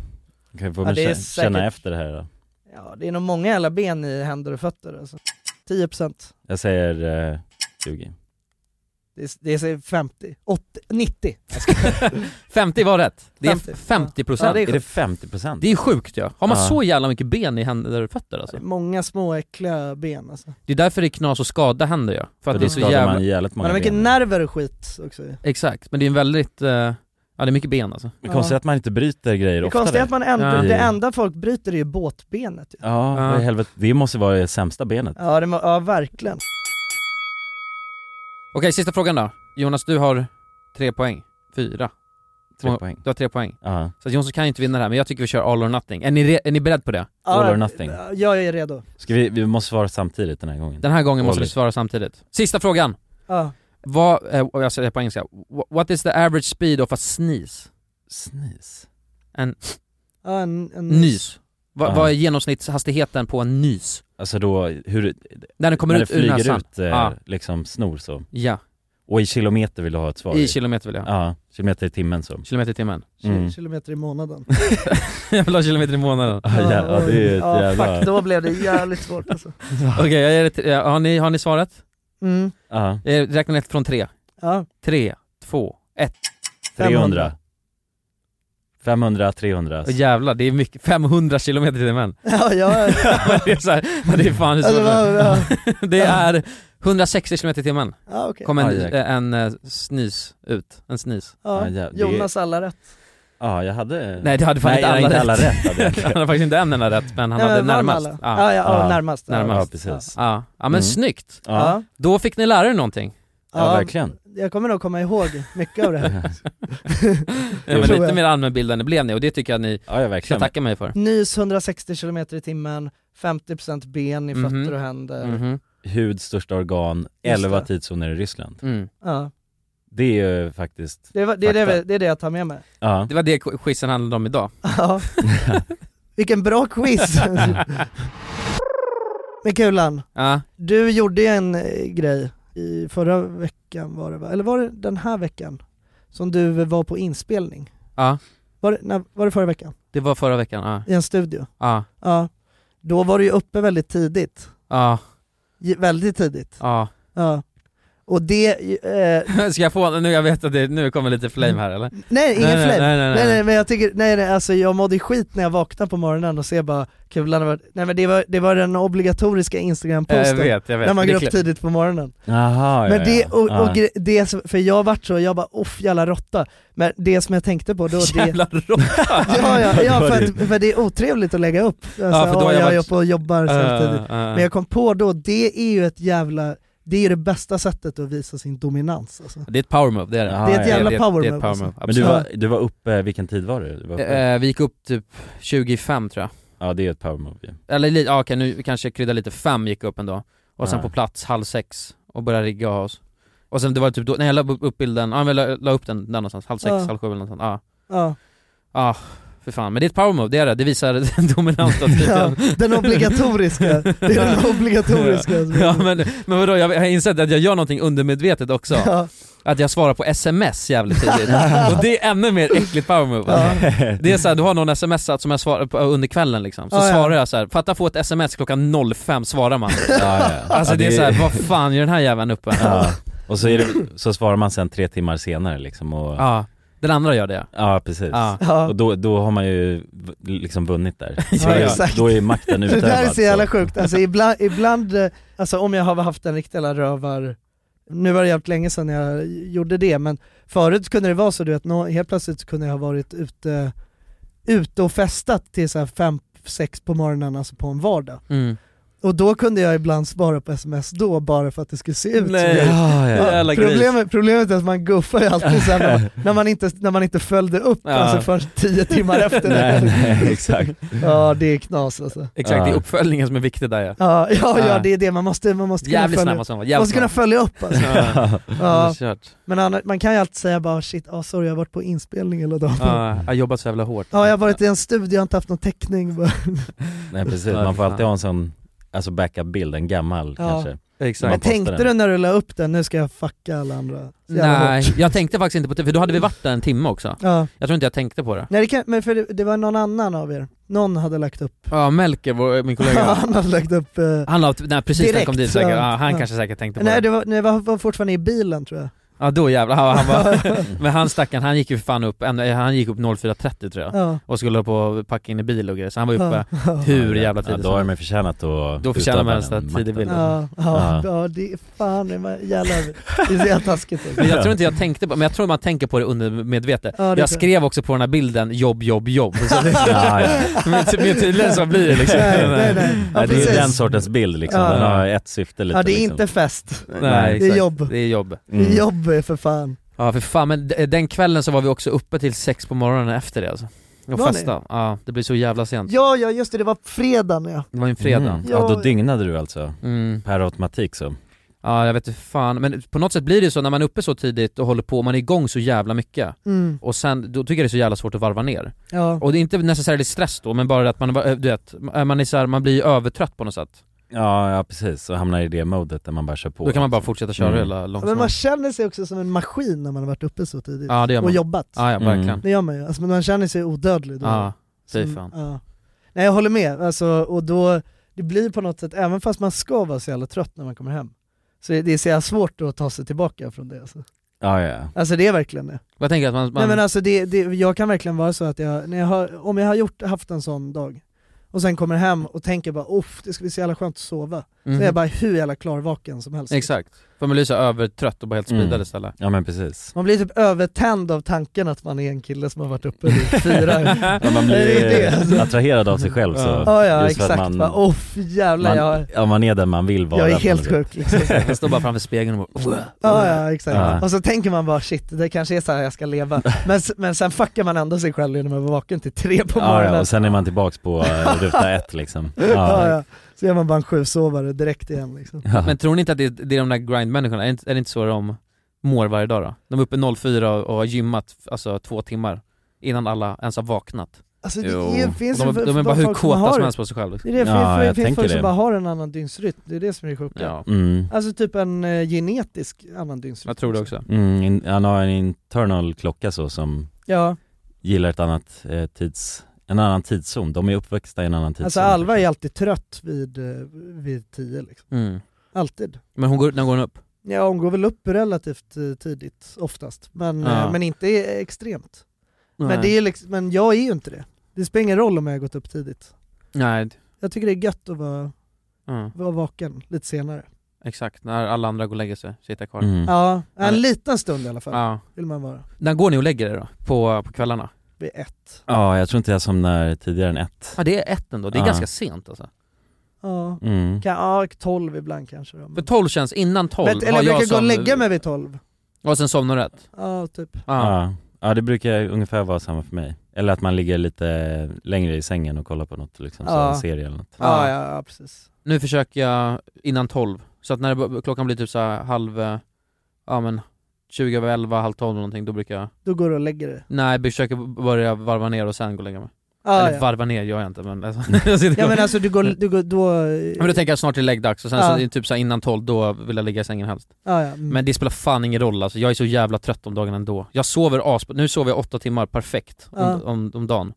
C: vi
B: Ja,
C: få väl
B: det är
C: kä- känna
B: säkert-
C: efter det här då.
B: ja, det är nog många jävla ben i händer och fötter alltså. 10%.
C: Jag säger eh, 20.
B: Det är, det är 50, 80, 90.
D: 50 var rätt. Det är
B: 50.
D: 50
B: Ja,
D: procent.
B: det är Är det
C: 50 procent?
D: Det är sjukt ja. Har man
B: Ja.
D: så jävla mycket ben i händer och fötter alltså?
B: Många små äckliga ben alltså.
D: Det är därför det är knas och skada händer ja. För att
C: För
D: det är
C: då
D: så
C: skadar
D: jävla...
C: man jävligt
B: Man har
C: många
B: mycket
C: ben.
B: nerver och skit också ju.
D: Exakt, men det är en väldigt... eh, Ja det är mycket ben alltså.
C: Det är konstigt
B: Ja.
C: att man inte bryter grejer
B: Det
C: oftare.
B: konstiga är att man ändå,
C: Ja.
B: det enda folk bryter är ju båtbenet ju.
C: Ja, vad i helvete. Det måste vara det sämsta benet.
B: Ja, det, må- ja verkligen.
D: Okej, sista frågan då. Jonas, du har tre poäng. Fyra.
C: Tre
D: Du-
C: poäng.
D: Du har tre poäng.
C: Ja.
D: Så att Jonsson kan ju inte vinna det här, men jag tycker vi kör all or nothing. Är ni, re- är ni beredd på det?
C: All or nothing.
B: Jag är redo.
C: Ska vi, vi måste svara samtidigt den här gången.
D: Den här gången måste
C: All
D: du svara samtidigt. Sista frågan.
B: Ja.
D: Vad, eh, och jag säger det på engelska. Wh- What is the average speed of a sneeze?
C: Sneeze?
D: En
B: Ja, en, en
D: nys. Va,
C: Ja.
D: Vad är genomsnittshastigheten på en nys?
C: Alltså då, hur...
D: När den kommer
C: när
D: ut
C: det
D: ur
C: flyger
D: näsan.
C: ut eh,
D: Ja.
C: liksom snor så.
D: Ja.
C: Och i kilometer vill du ha ett svar?
D: I kilometer vill jag ha.
C: Ja, kilometer i timmen så.
D: Kilometer i timmen.
C: Mm.
B: kilometer i månaden.
D: jag vill ha kilometer i månaden.
C: Ja, jävlar, ja, det är ju ett
B: Ja
C: jävla...
B: fuck, då blev det jävligt svårt alltså.
C: Ah.
D: Okej, jag ger det till- eh, har, ni, har ni svarat?
B: Mm.
C: Ja.
D: Jag räknar ner från tre.
B: Ja.
D: Tre, två, ett.
C: 300. 500, 300.
D: Åh, jävlar, det är mycket. 500 kilometer i timmen.
B: Ja, jag,
D: Men det är så här, men det är fan hur
B: Alltså,
D: svårt det
B: vad-
D: är. Det är 160 km i timmen.
B: ja okej.
D: Kom
C: Aj,
D: en,
C: jäklar.
D: en eh, snys ut, en snis.
B: Ja,
C: Ja, ja, det-
B: Jonas alla rätt.
C: Ja, jag hade...
D: Nej det hade fan inte alla
C: inte alla rätt.
D: rätt.
C: hade jag inte.
D: han hade faktiskt inte en enda rätt men han
B: Nej,
D: hade
B: men vann
D: närmast.
B: alla. Ja, ja, ja, närmast. Ja.
D: närmast.
C: Ja, precis.
D: Ja, ja men
C: Mm.
D: snyggt.
C: Ja.
D: Då fick ni lära er någonting.
C: Ja, verkligen.
B: Jag kommer nog komma ihåg mycket av det här.
D: Ja, men
B: Tror
D: lite
B: jag.
D: mer allmänbildande blev ni och det tycker jag ni
C: Ja, ja,
D: ska
C: verkligen.
D: tacka mig för.
B: Nys 160 km i timmen, 50% ben i
D: Mhm.
B: fötter och händer.
D: Mhm.
C: Hud, största organ,
B: det.
C: 11 tidszoner i Ryssland.
D: Mm.
B: Ja.
C: Det är ju faktiskt...
B: Det, var, det, är det,
C: Fakta.
B: det är det jag tar med mig.
C: Ja.
D: Det var det quizen handlade om idag.
B: Ja. Vilken bra quiz! Men Kulan,
D: Ja.
B: du gjorde ju en eh, grej i förra veckan var det va? Eller var det den här veckan? Som du var på inspelning.
D: Ja.
B: Var, det- när, var det förra veckan?
D: Det var förra veckan, ja.
B: I en studio?
D: Ja.
B: Ja. Då var du ju uppe väldigt tidigt.
D: Ja.
B: J- Väldigt tidigt.
D: Ja.
B: Ja. Och det... Eh,
D: Ska jag få, nu jag vet att det, nu kommer lite flame här eller?
B: Nej, ingen flame.
D: Nej, nej, nej, nej.
B: men jag tycker, nej, nej, alltså jag mådde skit när jag vaknade på morgonen och ser bara kulan har varit- nej men det var, det var den obligatoriska instagram-posten
D: Eh, Jag vet, jag vet.
B: när man
D: Det är
B: går upp
D: klart.
B: tidigt på morgonen.
C: Jaha,
B: men
C: ja,
B: det,
C: ja.
B: och, och
D: Ah.
C: Ja.
B: gre- det som, för jag vart så, jag bara off jävla råtta. Men det som jag tänkte på då, det...
D: Jävla råtta!
B: ja, ja, ja för, att, för det är otrevligt att lägga upp. Alltså,
D: Ja, för då har
B: "Åh, jag
D: jag
B: är
D: varit- Ah.
B: uppe och jobbar
D: Ja,
B: samtidigt.
D: ja, ja.
B: Men jag kom på då, det är ju ett jävla, det är ju det bästa sättet att visa sin dominans alltså.
D: Det är ett power move, det är det.
B: Det är ett jävla
D: det-
B: power
D: det är ett
B: move,
D: power
B: alltså.
D: move,
C: Men du
D: absolut.
C: var, du var uppe, vilken tid var det? Du var uppe?
D: Eh, vi gick upp typ 25 tror jag.
C: Ja det är ett power move ju.
D: Eller li- ja, okej nu kanske jag kryddar lite, fem gick upp ändå. Och sen
C: Ja.
D: på plats halv sex och började rigga och ha oss. Och sen det var typ då, när jag la upp- upp bilden, ja men la, la upp den där någonstans, halv sex,
B: Ja.
D: halv sju eller någonstans, ja.
B: Ja.
D: Ja, Ah, för fan. Men det är ett power move, det är det. Det visar den dominanta
B: Ja,
D: attityden.
B: den obligatoriska, det är den obligatoriska.
D: Ja men, men vadå, jag har insett att jag gör någonting undermedvetet också.
B: Ja.
D: Att jag svarar på sms jävligt tidigt. Och det är ännu mer äckligt power move.
B: Ja.
D: Det är såhär, du har någon smsat som jag svarar på under kvällen liksom, så
B: Ja, ja.
D: svarar jag så här. fatta få ett sms klockan 05 svarar man.
C: ja.
D: Alltså
C: Ja,
D: det är
C: det-
D: såhär, vad fan gör den här jäveln uppe?
C: Ja. Och så, är det, så svarar man sen tre timmar senare liksom och,
D: Ja, den andra gör det.
C: ja precis.
D: Ja.
B: Ja.
C: Och då, då har man ju v- liksom vunnit där. Då är-
B: exakt.
C: Då är makten
B: Det
C: utövad.
B: där är så jävla
C: så.
B: sjukt, alltså ibland, ibland eh, alltså om jag har haft en riktig jävla rövar, nu var det jävligt länge sedan jag gjorde det, men förut kunde det vara så du vet, nå- helt plötsligt så kunde jag ha varit ute, ute och festat till så här fem, sex på morgonen, alltså på en vardag.
D: Mm.
B: Och då kunde jag ibland svara på sms då bara för att det skulle se ut
D: Nej.
E: Oh,
B: som
D: Ja, ja.
B: Ja,
D: Jävla gris.
B: problemet, problemet är att man guffar ju alltid så här när, man, när, man inte, när man inte följde upp
D: Ja.
B: alltså förrän tio timmar efter.
C: Nej, nej, exakt.
B: Ja det är knas alltså.
D: Exakt, det är
C: Ja.
D: uppföljningen som är viktig där ja.
B: Ja, ja, ja det är det, man måste, man måste kunna
D: Jävligt
B: följa
D: snabb som var,
B: Man
D: jävligt
B: måste kunna följa upp alltså.
D: Ja.
B: Ja.
D: Det är kört.
B: Men annars, man kan ju alltid säga bara shit, ah, sorry jag har varit på inspelning hela dagen. Ja.
D: Ja, jag har jobbat så jävla hårt.
B: jag har varit i en studio, jag har inte haft någon täckning. Bara.
C: Nej precis, man får alltid ha en sån, alltså backup-bild, en gammal
B: Ja.
C: kanske.
D: Exakt.
C: Man
B: Men
C: postar
B: tänkte
C: den.
B: du när du la upp den, nu ska jag fucka alla andra? Så jävla hårt.
D: Nej, jag tänkte faktiskt inte på det, för då hade vi varit där en timme också.
B: Ja.
D: Jag tror inte jag tänkte på det.
B: Nej det kan, men för det, det var någon annan av er, någon hade lagt upp,
D: Ja, Melker, vår, min kollega.
B: han hade lagt upp eh,
D: Han la upp, nej, precis när han kom
B: Direkt,
D: dit säkert,
B: ja.
D: ja, han
B: Ja.
D: kanske säkert tänkte på
B: Nej
D: det.
B: det var, nej, var, var fortfarande i bilen tror jag.
D: Ja då jävlar, han, han bara, men han stackaren han gick ju för fan upp, ännu- han gick upp 04.30 tror jag.
B: Ja.
D: Och skulle hålla på och packa in i bil och grejer, så han var ju uppe
B: Ja.
D: hur jävla
C: Ja,
D: tidigt
C: då har
D: som
C: man förtjänat att
D: Då förtjänar
C: utöva
D: man nästan
C: den makten.
D: tidig bild.
B: Ja, ja, ja, det är fan, det är jävla, det är så jävla taskigt. alltså.
D: men jag tror inte jag tänkte på men jag tror man tänker på det undermedvetet.
B: Ja, det tror jag.
D: jag skrev också på den här bilden 'jobb, jobb, jobb' så det,
C: Ja, ja.
D: Men ty- men tydligen så blir det liksom
B: Nej, nej, nej. Ja,
C: Nej, det är
B: precis.
C: ju den sortens bild liksom,
B: Ja.
C: den har ett syfte lite
B: Ja det är
C: liksom.
B: inte fest,
D: Nej,
B: det är
D: exakt.
B: jobb.
D: Det är jobb.
B: Det är jobb för fan.
D: Ja för fan, men d- eh, den kvällen så var vi också uppe till sex på morgonen efter det alltså. Och
B: Var ni?
D: festa. Ja, det blir så jävla sent.
B: Ja, ja just det, det var fredagen ja.
D: Det var ju en fredag.
C: Mm. Ja då dygnade du alltså,
D: Mm.
C: per automatik så.
D: Ja jag vet inte fan, men på något sätt blir det ju så när man är uppe så tidigt och håller på, man är igång så jävla mycket
B: Mm.
D: och sen, då tycker jag det är så jävla svårt att varva ner.
B: Ja.
D: Och det är inte necessarily stress då, men bara det att man, eh, du vet, man är så här, man blir ju övertrött på något sätt.
C: Ja, ja precis, och hamnar i det modet där man bara kör på.
D: Då kan man bara fortsätta köra
C: Mm.
D: hela långt
B: Men man känner sig också som en maskin när man har varit uppe så tidigt
D: Ja, det gör man.
B: och jobbat.
D: Ja, ja
C: Mm.
D: verkligen.
B: Det gör man ju, alltså, men man känner sig odödlig då.
D: Ja, fy
B: Som-
D: fan.
B: Mm, ja. Nej jag håller med, alltså, och då, det blir på något sätt, även fast man ska vara så jävla trött när man kommer hem, så det är så jävla svårt att ta sig tillbaka från det alltså.
C: Ja, ja.
B: Alltså det är verkligen det.
D: Jag tänker att man, man
B: Nej men alltså det, det, jag kan verkligen vara så att jag, när jag har, om jag har gjort, haft en sån dag och sen kommer hem och tänker bara off, det ska bli så jävla skönt att sova. Så
D: Mhm.
B: är jag bara hur jävla klarvaken som helst.
D: exakt. För man blir så övertrött och bara helt speedad
C: Mm.
D: istället.
C: Ja men precis.
B: Man blir typ övertänd av tanken att man är en kille som har varit uppe i fyra.
C: Ja, man
B: Det är det,
C: blir
B: alltså.
C: eh, attraherad av sig själv så.
B: ja ja
C: Just för att
B: exakt,
C: man-
B: bara off jävlar
C: man,
B: jag,
C: ja, man är den man vill
B: jag
C: vara.
B: är
C: på något
B: helt
C: sätt.
B: sjuk liksom.
D: Man står bara framför spegeln och bara
B: Ja, ja exakt.
C: Ja.
B: Och så tänker man bara shit, det kanske är så här jag ska leva. Men, s- men sen fuckar man ändå sig själv genom att vara vaken till tre på
C: Ja,
B: morgonen.
C: ja, och sen är man tillbaks på eh, ruta ett liksom.
B: Ja,
C: Ja,
B: ja. Så är man bara en sjusovare direkt igen liksom.
C: ja.
D: Men tror ni inte att det är, det är de där grindmänniskorna? Är det, inte- är det inte så de mår varje dag då? De är uppe 04 och, och har gymmat alltså två timmar innan alla ens har vaknat.
B: Alltså det
C: Jo.
B: är, finns
D: De,
B: ju
D: de,
B: för-
D: är bara
B: för
D: hur
B: folk som har
D: kåta som
B: det.
D: helst på sig själv. liksom.
B: Det är det, för,
C: Ja,
B: för,
C: jag
B: finns
C: tänker
B: folk som
C: det.
B: bara har en annan dygnsrytm, det är det som är det sjuka.
D: Ja,
C: Mm.
B: Alltså typ en eh, genetisk annan dygnsrytm.
D: jag tror det också.
C: Mm, in, han har en internal klocka så som
B: Ja,
C: gillar ett annat eh, tids, en annan tidszon, de är uppväxta i en annan tidszon
B: Alltså Alva är alltid trött vid, eh, vid tio liksom.
D: Mm.
B: Alltid.
D: Men hon går, när går hon upp?
B: Ja hon går väl upp relativt eh, tidigt oftast, men,
D: Ja.
B: eh, men inte eh, extremt.
D: Nej.
B: Men, det är liksom, men jag är ju inte det. Det spelar ingen roll om jag har gått upp tidigt.
D: Nej, d-
B: Jag tycker det är gött att vara,
D: ja,
B: vara vaken lite
D: Mm.
B: senare.
D: exakt. När alla andra går och lägger sig, sitter jag kvar.
C: Mm.
B: Ja,
D: Nej.
B: en liten stund i alla fall
D: Ja.
B: vill man vara.
D: När går ni och lägger er då? På, på kvällarna?
B: Vid ett.
C: Ja, jag tror inte jag somnar tidigare än ett
D: Ja det är ett ändå, det är
C: Ja.
D: ganska sent alltså.
B: Ja,
C: Mm.
B: kan, ja tolv ibland kanske. Då.
D: För 12 känns, innan 12
B: Men, eller
D: har
B: jag
D: jag
B: brukar gå och
D: som...
B: lägga mig vid tolv.
D: Och sen somnar du rätt?
B: Ja, typ.
D: Ja.
C: Ja. ja, det brukar ungefär vara samma för mig. Eller att man ligger lite längre i sängen och kollar på något, liksom, så
B: Ja.
C: en serie eller något.
B: Ja, ja, ja precis.
D: Nu försöker jag innan 12, så att när det, b- klockan blir typ så här halv, eh, ja men 20 över 11, halv 12 eller någonting, då brukar jag
B: Då går du och lägger dig.
D: Nej, jag försöker b- börja varva ner och sen gå och lägga mig.
B: Ja,
D: Eller
B: Ah, ja. Mm.
D: varva ner gör jag inte men alltså, jag sitter
B: Ja men alltså du går, du går då...
D: men då tänker jag snart är det läggdags och sen
B: Ja.
D: så, typ så här innan 12 då vill jag ligga i sängen helst.
B: Ja, ja. Mm.
D: Men det spelar fan ingen roll alltså, jag är så jävla trött om dagen ändå. Jag sover as... Nu sover jag åtta timmar perfekt om,
B: Ja.
D: om, om dagen.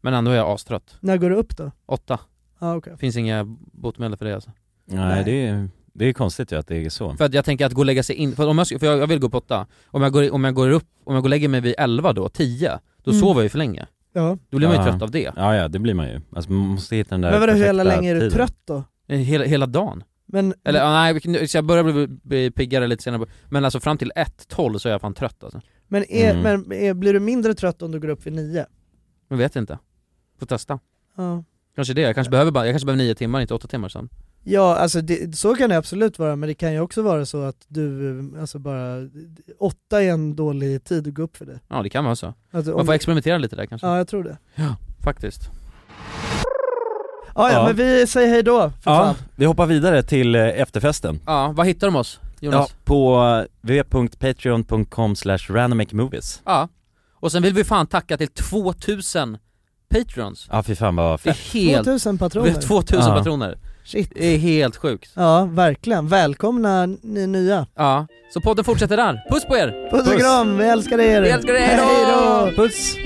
D: Men ändå är jag astrött.
B: När går du upp då?
D: Åtta.
B: Ja okej.
D: Finns inga botemedel för det alltså.
C: Nej,
B: Nej.
C: Det, är, det är konstigt ju att det är så.
D: För att jag tänker att gå och lägga sig in, för, om jag, ska- för jag, jag vill gå på åtta. Om jag går, om jag går upp, om jag går och lägger mig vid elva då, tio, då
B: Mm.
D: sover jag ju för länge.
B: Ja.
D: Då blir man ju
C: Ja.
D: trött av det.
C: Ja, ja det blir man ju. Alltså man måste hitta den där
B: Men vadå hur jävla
C: perfekta
B: länge är du
C: tiden.
B: trött då?
D: Eh, Hela, hela dagen.
B: Men,
D: Eller ja, nej, nu- så jag börjar bli, bli piggare lite senare. Men alltså fram till 1-12 så är jag fan trött alltså.
B: men, är,
D: Mm.
B: men är, blir du mindre trött om du går upp vid nio?
D: Jag vet inte. Får testa.
B: Ja.
D: Kanske det, jag kanske behöver bara, jag kanske behöver 9 timmar, inte 8 timmar sen.
B: Ja, alltså det, så kan det absolut vara, men det kan ju också vara så att du, eh, alltså bara, åtta är en dålig tid att gå upp för dig.
D: Ja det kan vara så.
B: Alltså, om
D: Man får
B: du-
D: experimentera lite där kanske.
B: Ja, jag tror det.
D: Faktiskt.
B: Ja, ja,
C: Ja.
B: men vi säger hej då för
C: Ja,
B: fan.
C: vi hoppar vidare till eh, efterfesten.
D: Ja, vad hittar de oss? Jonas?
C: Ja, på eh, www.patreon.com slash randommakemovies.
D: Ja. Och sen vill vi fan tacka till 2000 patrons.
C: Ja, fy fan vad
D: Det
C: fett.
D: är helt...
B: 2000
D: Vi har
B: patroner.
D: 2000
C: Ja.
D: patroner.
B: Shit.
D: Det är helt sjukt.
B: Ja, verkligen. Välkomna ni nya.
D: Ja. Så podden fortsätter där. Puss på er!
B: Puss och kram, vi älskar er!
D: Vi älskar er, hejdå!
C: Puss!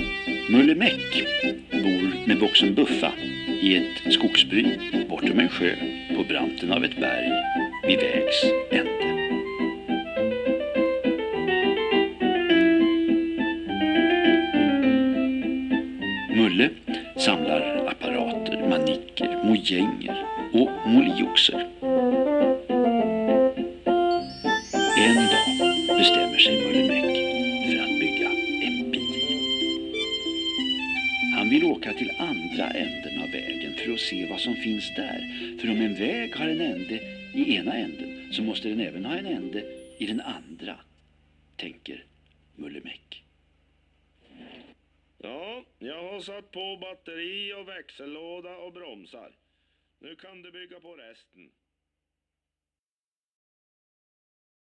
M: Mulle Meck bor med boxen Buffa i ett skogsbryn bortom en sjö på branten av ett berg vid vägs ände. Mulle samlar apparater, maniker, mojänger och molioxer. En dag bestämmer sig Mulle Meck för att bygga en bil. Han vill åka till andra änden av vägen för att se vad som finns där. För om en väg har en ände i ena änden så måste den även ha en ände i den andra, tänker Mulle Meck.
N: Ja, jag har satt på batteri och växellåda och bromsar. Nu kan du bygga på resten.